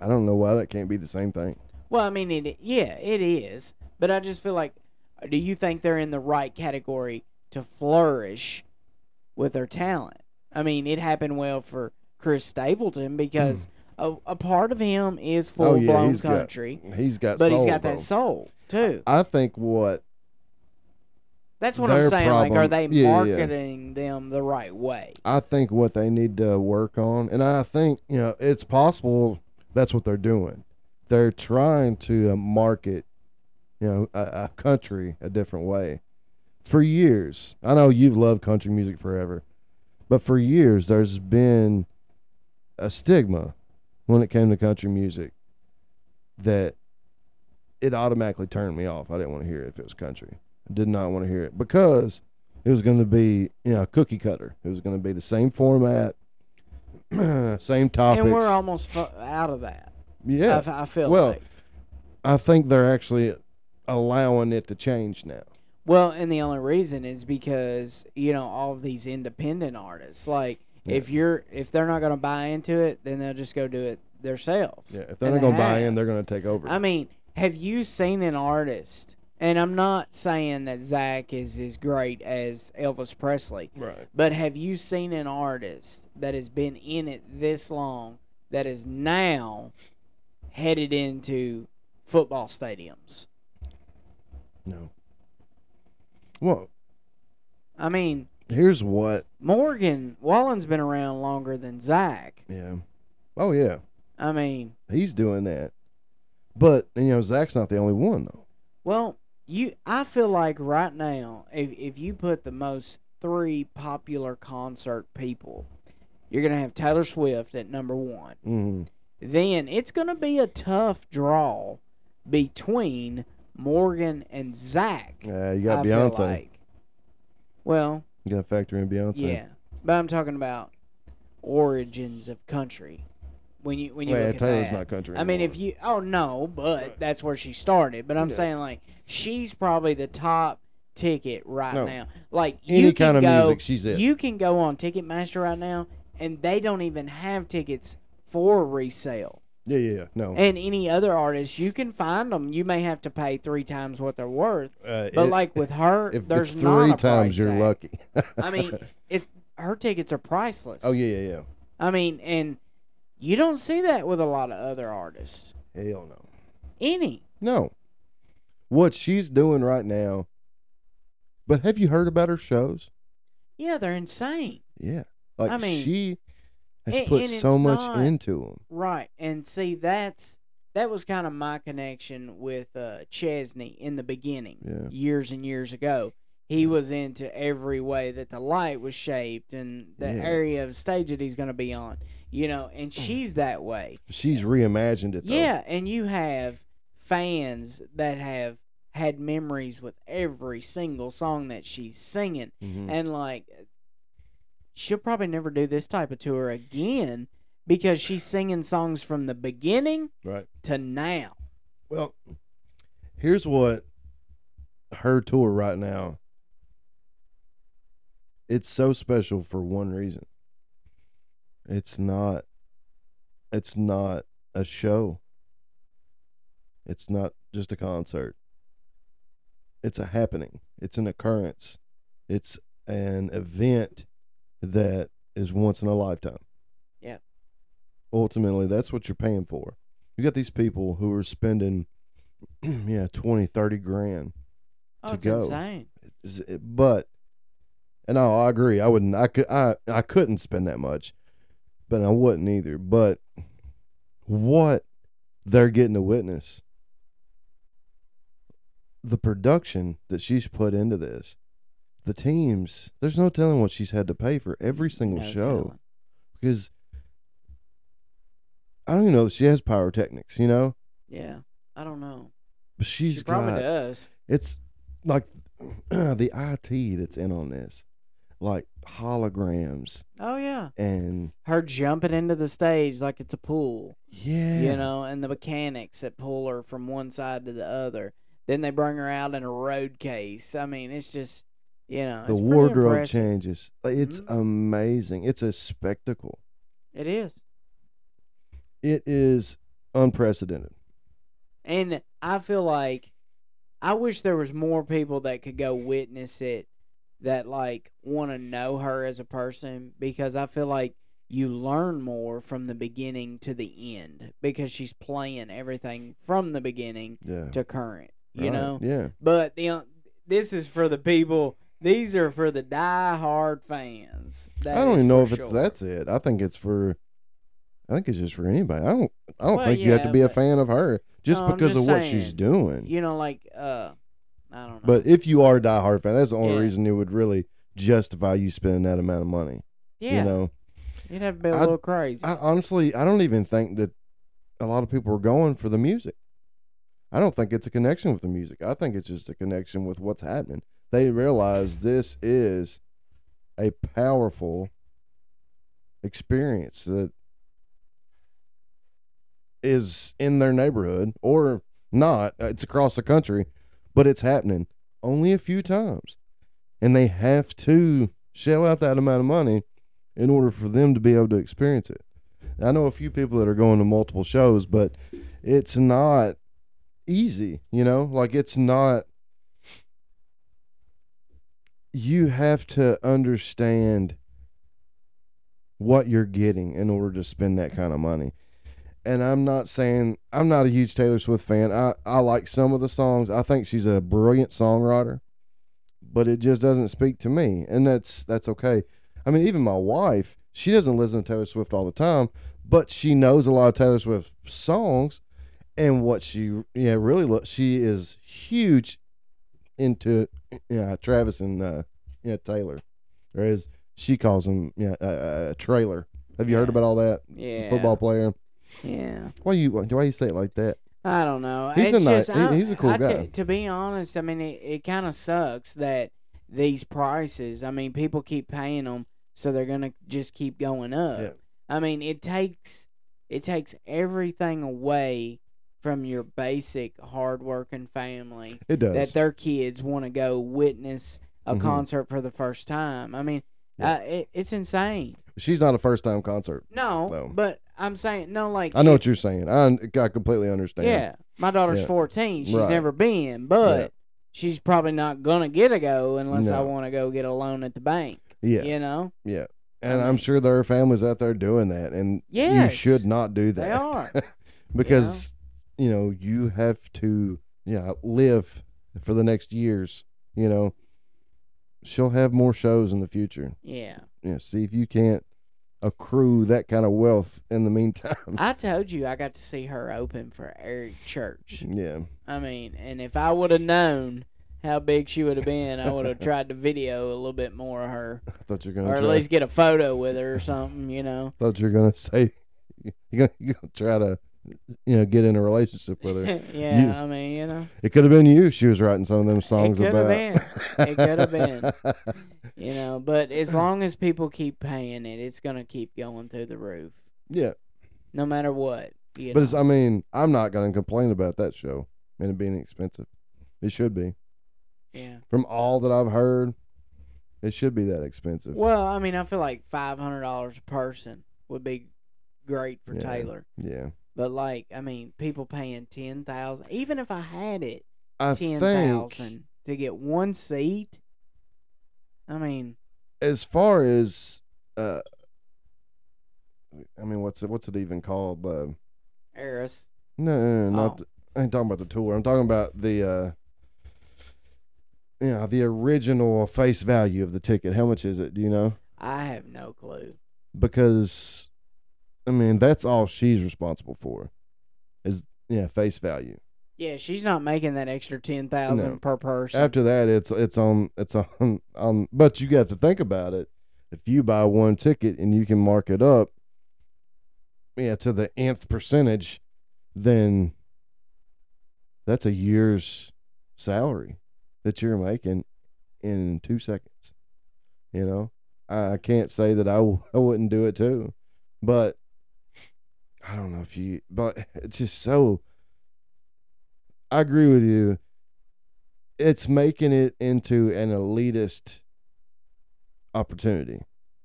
Speaker 2: i don't know why that can't be the same thing
Speaker 3: Well, I mean, it yeah, it is, but I just feel like, uh, do you think they're in the right category to flourish with their talent? I mean, it happened well for Chris Stapleton because a, a part of him is full
Speaker 2: Mm-hmm. oh yeah
Speaker 3: blown
Speaker 2: he's
Speaker 3: country,
Speaker 2: got he's got
Speaker 3: but
Speaker 2: soul,
Speaker 3: he's got
Speaker 2: bro.
Speaker 3: that soul too.
Speaker 2: I think what
Speaker 3: That's what
Speaker 2: Their
Speaker 3: I'm saying. Like, are
Speaker 2: problem-
Speaker 3: they
Speaker 2: yeah, yeah.
Speaker 3: marketing them the right way?
Speaker 2: I think what they need to work on, and I think you know it's possible that's what they're doing. They're trying to uh, market, you know, a, a country a different way. For years, I know you've loved country music forever, but for years there's been a stigma when it came to country music that it automatically turned me off. I didn't want to hear it if it was country. I did not want to hear it because it was going to be you know cookie cutter. It was going to be the same format, same topics.
Speaker 3: And we're almost fu- out of that.
Speaker 2: yeah,
Speaker 3: I f- I, feel
Speaker 2: Well-
Speaker 3: like.
Speaker 2: I think they're actually allowing it to change now.
Speaker 3: Well, and the only reason is because you know all of these independent artists. Like, if you're if they're not going to buy into it, then they'll just go do it themselves.
Speaker 2: Yeah, if they're not
Speaker 3: And they
Speaker 2: going to buy
Speaker 3: have.
Speaker 2: in, they're going to take over.
Speaker 3: I mean, have you seen an artist? And I'm not saying that Zach is as great as Elvis Presley,
Speaker 2: right.
Speaker 3: but have you seen an artist that has been in it this long that is now headed into football stadiums?
Speaker 2: No. Well,
Speaker 3: I mean,
Speaker 2: here's what.
Speaker 3: Morgan Wallen's been around longer than Zach.
Speaker 2: Yeah. Oh yeah,
Speaker 3: I mean,
Speaker 2: he's doing that. But you know, Zach's not the only one though.
Speaker 3: well, you I feel like right now, if if you put the most three popular concert people, you're gonna have Taylor Swift at number one.
Speaker 2: hmm
Speaker 3: Then it's gonna be a tough draw between Morgan and Zach.
Speaker 2: Yeah, you got
Speaker 3: I feel
Speaker 2: Beyonce.
Speaker 3: like. Well,
Speaker 2: You got to factor in Beyonce.
Speaker 3: yeah, but I'm talking about origins of country. When you when you
Speaker 2: Well,
Speaker 3: look at
Speaker 2: Taylor's
Speaker 3: that.
Speaker 2: not country.
Speaker 3: I mean, if
Speaker 2: anymore.
Speaker 3: you oh no, but that's where she started. But I'm saying like she's probably the top ticket right
Speaker 2: No.
Speaker 3: now. Like
Speaker 2: any
Speaker 3: you can
Speaker 2: kind of
Speaker 3: go,
Speaker 2: music, she's it.
Speaker 3: You can go on Ticketmaster right now, and they don't even have tickets for resale.
Speaker 2: yeah, yeah, yeah. No.
Speaker 3: And any other artists, you can find them. You may have to pay three times what they're worth.
Speaker 2: Uh,
Speaker 3: But
Speaker 2: it-
Speaker 3: like with her,
Speaker 2: if
Speaker 3: there's
Speaker 2: it's
Speaker 3: not
Speaker 2: three
Speaker 3: a
Speaker 2: times,
Speaker 3: price
Speaker 2: you're
Speaker 3: tag.
Speaker 2: lucky.
Speaker 3: I mean, if her tickets are priceless.
Speaker 2: oh yeah, yeah,
Speaker 3: I mean, and you don't see that with a lot of other artists.
Speaker 2: yeah. Hell no.
Speaker 3: Any.
Speaker 2: No. What she's doing right now. But have you heard about her shows?
Speaker 3: Yeah, they're insane.
Speaker 2: Yeah. Like
Speaker 3: I mean,
Speaker 2: she has
Speaker 3: and-
Speaker 2: put
Speaker 3: and
Speaker 2: so
Speaker 3: it's
Speaker 2: much
Speaker 3: not-
Speaker 2: into them.
Speaker 3: Right. And see that's that was kind of my connection with uh Chesney in the beginning.
Speaker 2: Yeah.
Speaker 3: Years and years ago. He was into every way that the light was shaped and the
Speaker 2: Yeah. Mm.
Speaker 3: area of stage that he's gonna be on. You know, and she's that way.
Speaker 2: She's reimagined it. Though.
Speaker 3: Yeah, and you have fans that have had memories with every single song that she's singing.
Speaker 2: Mhm.
Speaker 3: and like she'll probably never do this type of tour again because she's singing songs from the beginning
Speaker 2: Right.
Speaker 3: to now.
Speaker 2: Well, here's what her tour right now. It's so special for one reason. It's not it's not a show. It's not just a concert. It's a happening. It's an occurrence. It's an event that is once in a lifetime.
Speaker 3: Yeah.
Speaker 2: Ultimately, that's what you're paying for. You got these people who are spending yeah, 20, 30 grand.
Speaker 3: Oh,
Speaker 2: To
Speaker 3: it's
Speaker 2: go.
Speaker 3: insane.
Speaker 2: Is it- But and I, I agree. I wouldn't I could I, I couldn't spend that much. But I wouldn't either. But what they're getting to witness the production that she's put into this the teams there's no telling what she's had to pay for every single
Speaker 3: No
Speaker 2: show
Speaker 3: telling.
Speaker 2: because I don't even know that she has pyrotechnics, you know?
Speaker 3: Yeah, I don't know.
Speaker 2: But she's
Speaker 3: she probably
Speaker 2: got
Speaker 3: does.
Speaker 2: it's like the IT that's in on this, like holograms
Speaker 3: Oh yeah,
Speaker 2: and
Speaker 3: her jumping into the stage like it's a pool,
Speaker 2: yeah,
Speaker 3: you know, and the mechanics that pull her from one side to the other. Then they bring her out in a road case. I mean, it's just, you know,
Speaker 2: the
Speaker 3: it's pretty
Speaker 2: wardrobe
Speaker 3: impressive.
Speaker 2: changes. Like, It's
Speaker 3: Mhm.
Speaker 2: amazing. It's a spectacle.
Speaker 3: It is.
Speaker 2: It is unprecedented.
Speaker 3: And I feel like I wish there was more people that could go witness it that like want to know her as a person because I feel like you learn more from the beginning to the end because she's playing everything from the beginning
Speaker 2: Yeah,
Speaker 3: to current, you
Speaker 2: right,
Speaker 3: know.
Speaker 2: Yeah,
Speaker 3: But the this is for the people. These are for the die-hard fans. That
Speaker 2: I don't
Speaker 3: is
Speaker 2: even know if
Speaker 3: for
Speaker 2: it's
Speaker 3: sure.
Speaker 2: that's it. I think it's for. I think it's just for anybody. I don't. I don't
Speaker 3: Well,
Speaker 2: think you have to
Speaker 3: yeah,
Speaker 2: be a
Speaker 3: but-
Speaker 2: fan of her just
Speaker 3: No, I'm
Speaker 2: because
Speaker 3: just
Speaker 2: of what she's
Speaker 3: saying.
Speaker 2: doing.
Speaker 3: You know, like uh, I don't know.
Speaker 2: But if you are a diehard fan, that's the only
Speaker 3: Yeah.
Speaker 2: reason it would really justify you spending that amount of money.
Speaker 3: yeah,
Speaker 2: You know,
Speaker 3: you'd have to be a
Speaker 2: I-
Speaker 3: little crazy.
Speaker 2: I honestly, I don't even think that a lot of people are going for the music. I don't think it's a connection with the music. I think it's just a connection with what's happening. They realize this is a powerful experience that is in their neighborhood or not. Uh, It's across the country, but it's happening only a few times. And they have to shell out that amount of money in order for them to be able to experience it. I know a few people that are going to multiple shows, but it's not easy, you know? Like it's not you have to understand what you're getting in order to spend that kind of money. And I'm not saying I'm not a huge Taylor Swift fan. I, I like some of the songs. I think she's a brilliant songwriter, but it just doesn't speak to me. And that's that's okay. I mean, even my wife, she doesn't listen to Taylor Swift all the time, but she knows a lot of Taylor Swift songs. And what she, yeah, really, lo- she is huge into, yeah, Travis and uh, yeah, Taylor, or as she calls him, yeah, uh, uh, Trailer. Have you heard
Speaker 3: Yeah.
Speaker 2: about all that? The
Speaker 3: yeah,
Speaker 2: Football player.
Speaker 3: Yeah,
Speaker 2: Why you why you say it like that?
Speaker 3: I don't know.
Speaker 2: He's a
Speaker 3: It's
Speaker 2: nice-
Speaker 3: just, I-
Speaker 2: he- he's a cool
Speaker 3: I t-
Speaker 2: guy.
Speaker 3: to be honest, I mean, it, it kind of sucks that these prices. I mean, people keep paying them, so they're gonna just keep going up.
Speaker 2: Yeah.
Speaker 3: I mean, it takes it takes everything away from your basic hardworking family
Speaker 2: It does.
Speaker 3: that their kids want to go witness a
Speaker 2: Mhm.
Speaker 3: concert for the first time. I mean,
Speaker 2: Yeah.
Speaker 3: uh, it, it's insane.
Speaker 2: She's not a first time concert.
Speaker 3: No,
Speaker 2: Though.
Speaker 3: but I'm saying no, like
Speaker 2: I know
Speaker 3: it-
Speaker 2: what you're saying. I, I completely understand.
Speaker 3: yeah, my daughter's
Speaker 2: Yeah.
Speaker 3: 14. She's
Speaker 2: Right.
Speaker 3: never been, but
Speaker 2: Yeah.
Speaker 3: she's probably not gonna get a go unless I
Speaker 2: No.
Speaker 3: want to go get a loan at the bank.
Speaker 2: Yeah.
Speaker 3: You know,
Speaker 2: And
Speaker 3: I
Speaker 2: I'm
Speaker 3: mean-
Speaker 2: sure there are families out there doing that, and
Speaker 3: Yes.
Speaker 2: you should not do that.
Speaker 3: they are.
Speaker 2: because you know you have to yeah live for the next years. You know, she'll have more shows in the future.
Speaker 3: yeah,
Speaker 2: Yeah, see if you can't accrue that kind of wealth in the meantime.
Speaker 3: I told you I got to see her open for Eric Church.
Speaker 2: yeah,
Speaker 3: I mean, and if I would have known how big she would have been, I would have tried to video a little bit more of her,
Speaker 2: I thought you're
Speaker 3: or
Speaker 2: gonna
Speaker 3: at
Speaker 2: try,
Speaker 3: least get a photo with her or something. You know.
Speaker 2: thought you're gonna say you're gonna, you're gonna try to you know get in a relationship with her.
Speaker 3: yeah,
Speaker 2: You-
Speaker 3: I mean, you know,
Speaker 2: It could have been you. She was writing some of them songs
Speaker 3: could have
Speaker 2: about.
Speaker 3: been. It could have been. you know, but as long as people keep paying it, it's gonna keep going through the roof,
Speaker 2: yeah,
Speaker 3: no matter what. You
Speaker 2: but it's.
Speaker 3: know.
Speaker 2: I mean, I'm not gonna complain about that show and it being expensive. It should be.
Speaker 3: yeah.
Speaker 2: From all that I've heard, it should be that expensive.
Speaker 3: Well, I mean, I feel like five hundred dollars a person would be great for
Speaker 2: Yeah.
Speaker 3: Taylor,
Speaker 2: Yeah,
Speaker 3: but like, I mean, people paying ten thousand, even if I had it.
Speaker 2: I think
Speaker 3: ten thousand to get one seat. I mean,
Speaker 2: as far as uh, I mean, what's it? What's it even called? Uh,
Speaker 3: Eris.
Speaker 2: No, no, no not.
Speaker 3: Oh.
Speaker 2: The, I ain't talking about the tour. I'm talking about the, uh, you know, the original face value of the ticket. How much is it? Do you know?
Speaker 3: I have no clue.
Speaker 2: Because, I mean, that's all she's responsible for, is yeah, face value.
Speaker 3: Yeah, she's not making that extra ten thousand
Speaker 2: No.
Speaker 3: per person.
Speaker 2: After that, it's it's on it's on on. But you got to think about it. If you buy one ticket and you can mark it up, yeah, to the nth percentage, then that's a year's salary that you're making in two seconds. You know, I, I can't say that I, w- I wouldn't do it too, but I don't know if you, but it's just so. I agree with you. It's making it into an elitist opportunity.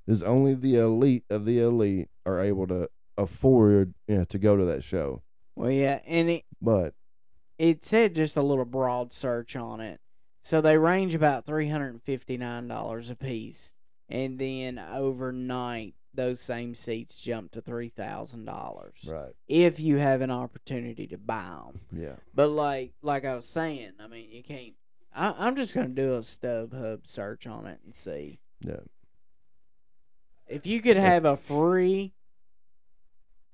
Speaker 2: Is only the elite of the elite are able to afford you know, to go to that show.
Speaker 3: well, yeah, and it
Speaker 2: But
Speaker 3: it said just a little broad search on it, so they range about three hundred and fifty nine dollars a piece, and then overnight those same seats jump to three thousand dollars
Speaker 2: right,
Speaker 3: if you have an opportunity to buy them.
Speaker 2: yeah,
Speaker 3: But like like I was saying, I mean, you can't I, I'm just gonna do a StubHub search on it and see
Speaker 2: Yeah.
Speaker 3: if you could have a free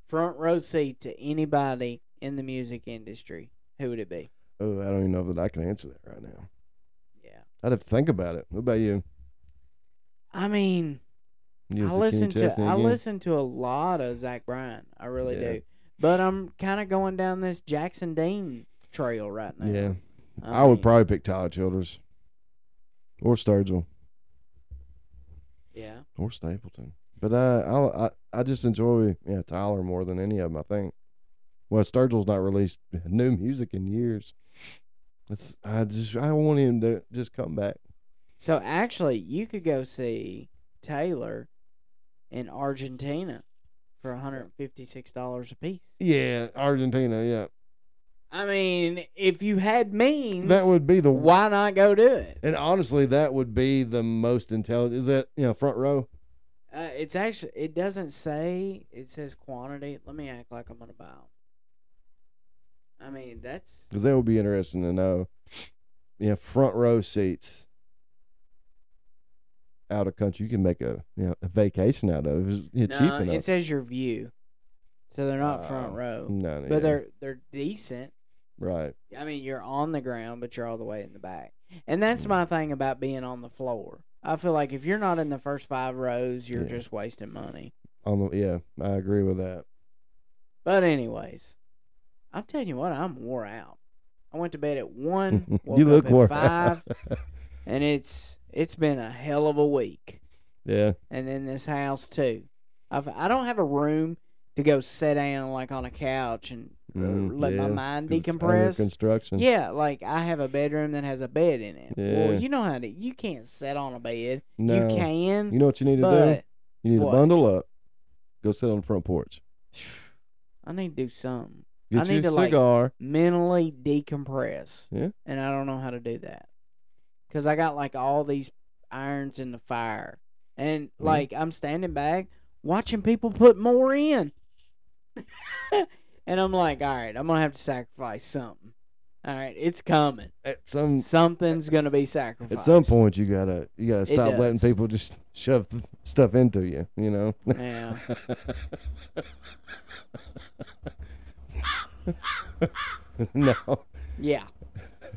Speaker 3: front row seat to anybody in the music industry. Who would it be?
Speaker 2: Oh, I don't even know that I can answer that right now.
Speaker 3: Yeah,
Speaker 2: I'd have to think about it. What about you?
Speaker 3: I mean,
Speaker 2: you
Speaker 3: I
Speaker 2: said
Speaker 3: listen
Speaker 2: Kenny
Speaker 3: to
Speaker 2: Chesney
Speaker 3: I
Speaker 2: again?
Speaker 3: listen to a lot of Zach Bryan. I really
Speaker 2: Yeah.
Speaker 3: do. But I'm kind of going down this Jackson Dean trail right now.
Speaker 2: Yeah, I would
Speaker 3: mean,
Speaker 2: probably pick Tyler Childers, or Sturgill,
Speaker 3: Yeah.
Speaker 2: or Stapleton. But uh, I I I just enjoy yeah Tyler more than any of them. I think. Well, Sturgill's not released new music in years. It's I just I want him to just come back.
Speaker 3: So actually, you could go see Taylor in Argentina for 156 dollars a piece.
Speaker 2: Yeah, Argentina. Yeah,
Speaker 3: I mean, if you had means,
Speaker 2: that would be the
Speaker 3: Why not go do it?
Speaker 2: And honestly, that would be the most intelligent. Is that you know front row?
Speaker 3: Uh, it's actually it doesn't say it says quantity. Let me act like I'm gonna buy 'em. I mean that's
Speaker 2: Because that would be interesting to know. Yeah, front row seats out of country. You can make a you know a vacation out of. It's, it's cheap
Speaker 3: no,
Speaker 2: enough.
Speaker 3: it says your view, so they're not front
Speaker 2: Oh,
Speaker 3: row,
Speaker 2: no,
Speaker 3: but
Speaker 2: yeah,
Speaker 3: they're they're decent.
Speaker 2: right.
Speaker 3: I mean, you're on the ground, but you're all the way in the back, and that's
Speaker 2: Mm.
Speaker 3: my thing about being on the floor. I feel like if you're not in the first five rows, you're
Speaker 2: Yeah.
Speaker 3: just wasting money.
Speaker 2: On the, yeah, I agree with that.
Speaker 3: But anyways, I'm telling you what, I'm wore out. I went to bed at one. woke
Speaker 2: you
Speaker 3: up
Speaker 2: look
Speaker 3: at
Speaker 2: more.
Speaker 3: five. and it's it's been a hell of a week.
Speaker 2: yeah,
Speaker 3: And then this house too. I've I don't have a room to go sit down like on a couch and uh,
Speaker 2: Mm,
Speaker 3: let my
Speaker 2: yeah,
Speaker 3: mind
Speaker 2: 'cause it's under
Speaker 3: decompress.
Speaker 2: Construction.
Speaker 3: Yeah, like I have a bedroom that has a bed in it. Well,
Speaker 2: Yeah.
Speaker 3: you know how to you can't sit on a bed.
Speaker 2: No.
Speaker 3: You can,
Speaker 2: You know what you need to
Speaker 3: but
Speaker 2: do? You need
Speaker 3: what?
Speaker 2: to bundle up. Go sit on the front porch.
Speaker 3: I need to do something.
Speaker 2: Get
Speaker 3: I
Speaker 2: you
Speaker 3: need
Speaker 2: a
Speaker 3: to, like-
Speaker 2: cigar.
Speaker 3: Mentally decompress.
Speaker 2: Yeah.
Speaker 3: And I don't know how to do that. Cuz I got like all these irons in the fire. And
Speaker 2: Yeah.
Speaker 3: like I'm standing back watching people put more in. and I'm like, all right, I'm going to have to sacrifice something. All right, it's coming.
Speaker 2: At some
Speaker 3: Something's going to be sacrificed.
Speaker 2: At some point, you gotta you gotta
Speaker 3: It
Speaker 2: stop letting
Speaker 3: does.
Speaker 2: people just shove stuff into you. You know.
Speaker 3: Yeah.
Speaker 2: no.
Speaker 3: Yeah.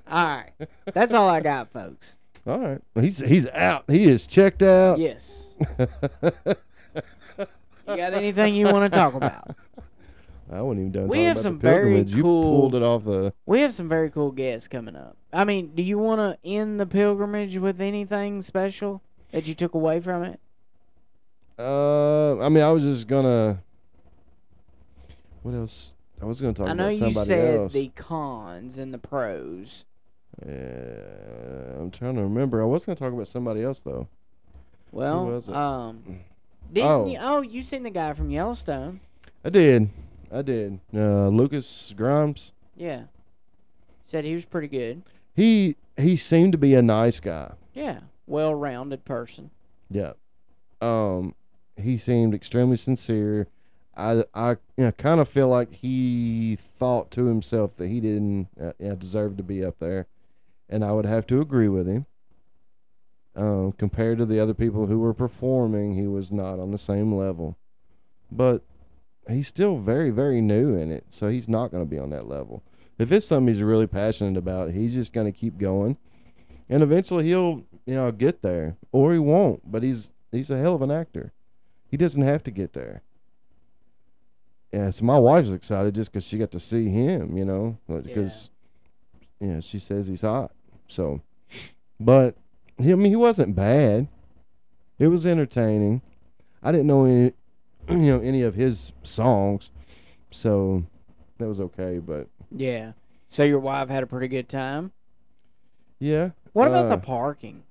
Speaker 3: All right. That's all I got, folks.
Speaker 2: All right. He's he's out. He is checked out.
Speaker 3: Yes. You got anything you want to talk about?
Speaker 2: I wasn't even done.
Speaker 3: We
Speaker 2: talking
Speaker 3: have
Speaker 2: about
Speaker 3: some
Speaker 2: the
Speaker 3: very
Speaker 2: pilgrimage. You pulled
Speaker 3: cool-
Speaker 2: it off the.
Speaker 3: We have some very cool guests coming up. I mean, do you want to end the pilgrimage with anything special that you took away from it?
Speaker 2: Uh, I mean, I was just gonna. What else? I was gonna talk
Speaker 3: I know
Speaker 2: about
Speaker 3: you
Speaker 2: somebody
Speaker 3: said
Speaker 2: else.
Speaker 3: the cons and the pros.
Speaker 2: Yeah, I'm trying to remember. I was gonna talk about somebody else though.
Speaker 3: Well,
Speaker 2: was it?
Speaker 3: um, didn't
Speaker 2: Oh.
Speaker 3: you? Oh, you seen the guy from Yellowstone?
Speaker 2: I did. I did. Uh, Lucas Grimes.
Speaker 3: Yeah. Said he was pretty good.
Speaker 2: he he seemed to be a nice guy.
Speaker 3: Yeah, well-rounded person.
Speaker 2: Yeah. Um, he seemed extremely sincere. I I you know, kind of feel like he thought to himself that he didn't uh, yeah, deserve to be up there, and I would have to agree with him. Um, compared to the other people who were performing, he was not on the same level, but he's still very very new in it, so he's not going to be on that level. If it's something he's really passionate about, he's just going to keep going and eventually he'll you know get there or he won't but he's he's a hell of an actor he doesn't have to get there yeah so my wife's excited just because she got to see him you know because yeah. she says he's hot so but he, i mean he wasn't bad it was entertaining i didn't know any you know any of his songs so that was okay but
Speaker 3: Yeah. So your wife had a pretty good time.
Speaker 2: yeah
Speaker 3: What about
Speaker 2: uh,
Speaker 3: the parking?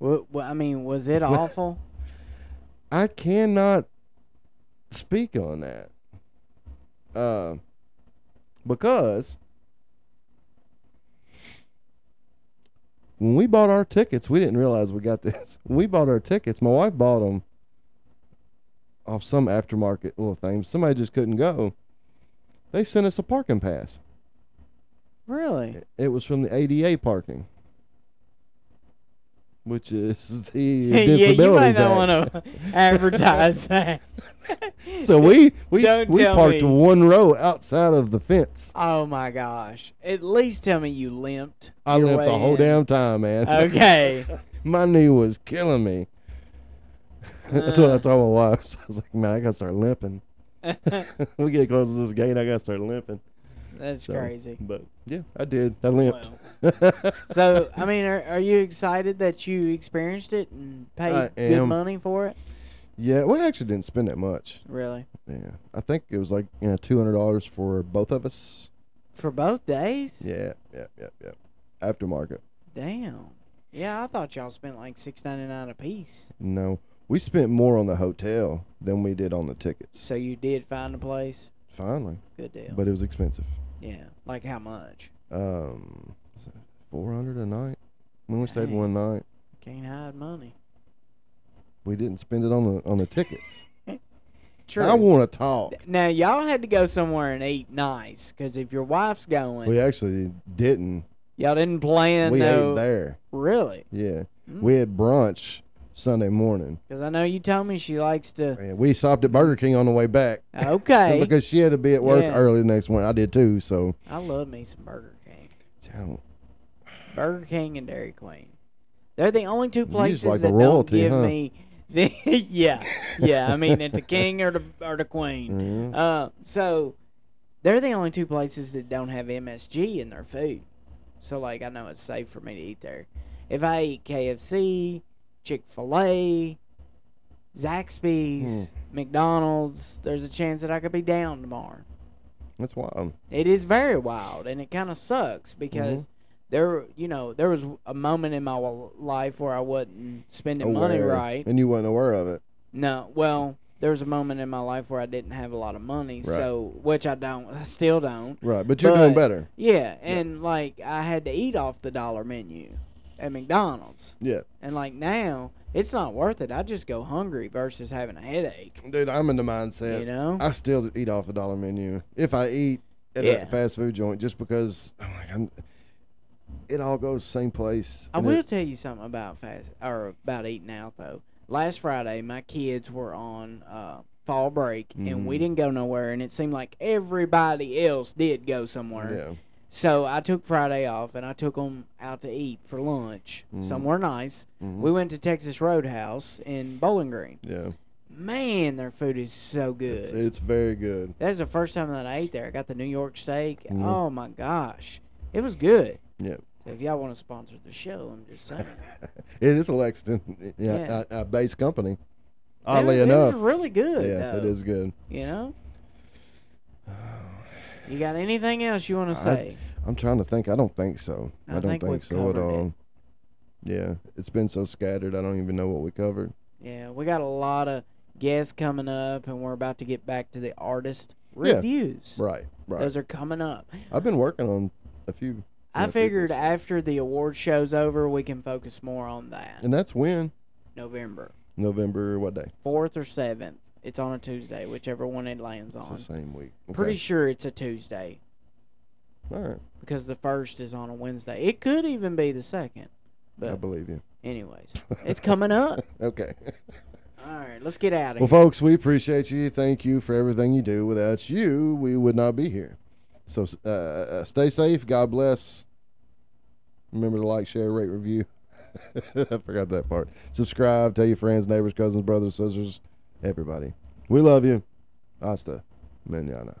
Speaker 3: Well, I mean, was it awful?
Speaker 2: I cannot speak on that. Uh, because when we bought our tickets, we didn't realize we got this. When we bought our tickets, my wife bought them off some aftermarket little thing. Somebody just couldn't go. They sent us a parking pass.
Speaker 3: Really?
Speaker 2: It was from the ADA parking, which is the
Speaker 3: yeah, you might
Speaker 2: Disabilities
Speaker 3: not
Speaker 2: Act.
Speaker 3: want to advertise that.
Speaker 2: So we we
Speaker 3: Don't
Speaker 2: we
Speaker 3: tell
Speaker 2: parked
Speaker 3: me.
Speaker 2: one row outside of the fence.
Speaker 3: Oh my gosh! At least tell me you limped.
Speaker 2: I
Speaker 3: your
Speaker 2: limped the
Speaker 3: way
Speaker 2: whole
Speaker 3: in.
Speaker 2: damn time, man.
Speaker 3: Okay.
Speaker 2: my knee was killing me. That's
Speaker 3: Uh.
Speaker 2: what I told my wife. I was like, man, I gotta start limping. we get close to this gate, I gotta start limping.
Speaker 3: That's
Speaker 2: So,
Speaker 3: crazy.
Speaker 2: But yeah, I did. I limped.
Speaker 3: So, I mean, are, are you excited that you experienced it and
Speaker 2: I
Speaker 3: paid good
Speaker 2: am.
Speaker 3: money for it?
Speaker 2: yeah, we actually didn't spend that much.
Speaker 3: Really?
Speaker 2: Yeah, I think it was like you know two hundred dollars for both of us.
Speaker 3: For both days?
Speaker 2: Yeah, yeah, yeah, yeah. Aftermarket.
Speaker 3: Damn. Yeah, I thought y'all spent like six ninety nine a piece.
Speaker 2: No, we spent more on the hotel than we did on the tickets.
Speaker 3: So you did find a place.
Speaker 2: Finally,
Speaker 3: Good deal.
Speaker 2: but it was expensive.
Speaker 3: yeah. Like how much?
Speaker 2: Um, four hundred a night. We only stayed
Speaker 3: Dang.
Speaker 2: one night.
Speaker 3: Can't hide money.
Speaker 2: We didn't spend it on the on the tickets.
Speaker 3: True.
Speaker 2: I want to talk.
Speaker 3: now y'all had to go somewhere and eat nice, because if your wife's going,
Speaker 2: We actually didn't.
Speaker 3: y'all didn't plan
Speaker 2: we
Speaker 3: no. Mm.
Speaker 2: ate there.
Speaker 3: Really?
Speaker 2: Yeah, we had brunch Sunday morning,
Speaker 3: Because I know you told me she likes to.
Speaker 2: and we stopped at Burger King on the way back.
Speaker 3: Okay.
Speaker 2: because she had to be at work
Speaker 3: Yeah.
Speaker 2: early the next morning. I did too, so
Speaker 3: I love me some Burger King.
Speaker 2: I don't-
Speaker 3: Burger King and Dairy Queen. They're the only two places
Speaker 2: like the
Speaker 3: that
Speaker 2: royalty,
Speaker 3: don't give
Speaker 2: huh?
Speaker 3: me the yeah yeah. I mean, it's the king or the or the queen.
Speaker 2: Mhm.
Speaker 3: Uh, so they're the only two places that don't have MSG in their food. So like, I know it's safe for me to eat there. If I eat KFC, Chick Fil A, Zaxby's,
Speaker 2: Hmm.
Speaker 3: McDonald's, there's a chance that I could be down tomorrow.
Speaker 2: that's wild.
Speaker 3: It is very wild, and it kind of sucks because
Speaker 2: Mm-hmm.
Speaker 3: there, you know, there was a moment in my w- life where I wasn't spending money
Speaker 2: Aware.
Speaker 3: right.
Speaker 2: and you weren't aware of it.
Speaker 3: No, well, there was a moment in my life where I didn't have a lot of money, so which I don't, I still don't.
Speaker 2: Right, but you're doing
Speaker 3: But-
Speaker 2: better.
Speaker 3: Yeah, and like I had to eat off the dollar menu at McDonald's,
Speaker 2: Yeah,
Speaker 3: and like now it's not worth it. I just go hungry versus having a headache.
Speaker 2: dude, I'm in the mindset.
Speaker 3: You know?
Speaker 2: I still eat off a dollar menu if I eat at
Speaker 3: Yeah.
Speaker 2: a fast food joint, just because I'm like, I'm, it all goes same place.
Speaker 3: I
Speaker 2: and
Speaker 3: will
Speaker 2: it-
Speaker 3: tell you something about fast or about eating out though. Last Friday, my kids were on uh, fall break and
Speaker 2: Mm-hmm.
Speaker 3: we didn't go nowhere, and it seemed like everybody else did go somewhere.
Speaker 2: yeah,
Speaker 3: So I took Friday off and I took them out to eat for lunch
Speaker 2: Mm-hmm.
Speaker 3: somewhere nice. We went to Texas Roadhouse in Bowling Green.
Speaker 2: yeah,
Speaker 3: Man, their food is so good.
Speaker 2: it's, it's very good.
Speaker 3: That's the first time that I ate there. I got the New York steak.
Speaker 2: Mm-hmm.
Speaker 3: Oh my gosh, it was good.
Speaker 2: Yeah,
Speaker 3: So if y'all want to sponsor the show, I'm just saying.
Speaker 2: it is a Lexington,
Speaker 3: Yeah.
Speaker 2: yeah, a, a base company.
Speaker 3: It
Speaker 2: Oddly
Speaker 3: was-
Speaker 2: enough,
Speaker 3: it was really good.
Speaker 2: yeah,
Speaker 3: though,
Speaker 2: it is good.
Speaker 3: You know. You got anything else you want to say?
Speaker 2: I'm trying to think. I don't think so.
Speaker 3: I
Speaker 2: I, don't
Speaker 3: think
Speaker 2: think,
Speaker 3: we've
Speaker 2: so at
Speaker 3: covered it.
Speaker 2: all. Yeah, it's been so scattered. I don't even know what we covered.
Speaker 3: yeah, we got a lot of guests coming up, and we're about to get back to the artist
Speaker 2: Yeah,
Speaker 3: reviews.
Speaker 2: Right, right.
Speaker 3: Those are coming up.
Speaker 2: I've been working on a few.
Speaker 3: I
Speaker 2: yeah,
Speaker 3: figured
Speaker 2: people,
Speaker 3: after the award show's over, we can focus more on that.
Speaker 2: and that's when
Speaker 3: November
Speaker 2: November. What day?
Speaker 3: fourth or seventh. It's on a Tuesday, whichever one it lands
Speaker 2: It's the
Speaker 3: on.
Speaker 2: same week.
Speaker 3: Pretty
Speaker 2: Okay.
Speaker 3: sure it's a Tuesday
Speaker 2: all right.
Speaker 3: because the first is on a Wednesday. It could even be the second.
Speaker 2: I
Speaker 3: But
Speaker 2: believe you.
Speaker 3: Anyways, it's coming up.
Speaker 2: Okay.
Speaker 3: All right, let's get out of
Speaker 2: Well,
Speaker 3: here.
Speaker 2: folks, we appreciate you. Thank you for everything you do. Without you, we would not be here. So uh, uh, stay safe. God bless. Remember to like, share, rate, review. I forgot that part. Subscribe. Tell your friends, neighbors, cousins, brothers, sisters, everybody. We love you. Hasta mañana.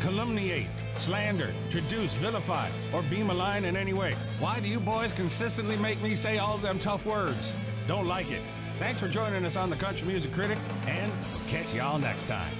Speaker 1: calumniate, slander, traduce, vilify, or be malign in any way. Why do you boys consistently make me say all them tough words? Don't like it. Thanks for joining us on the Country Music Critic, and we'll catch y'all next time.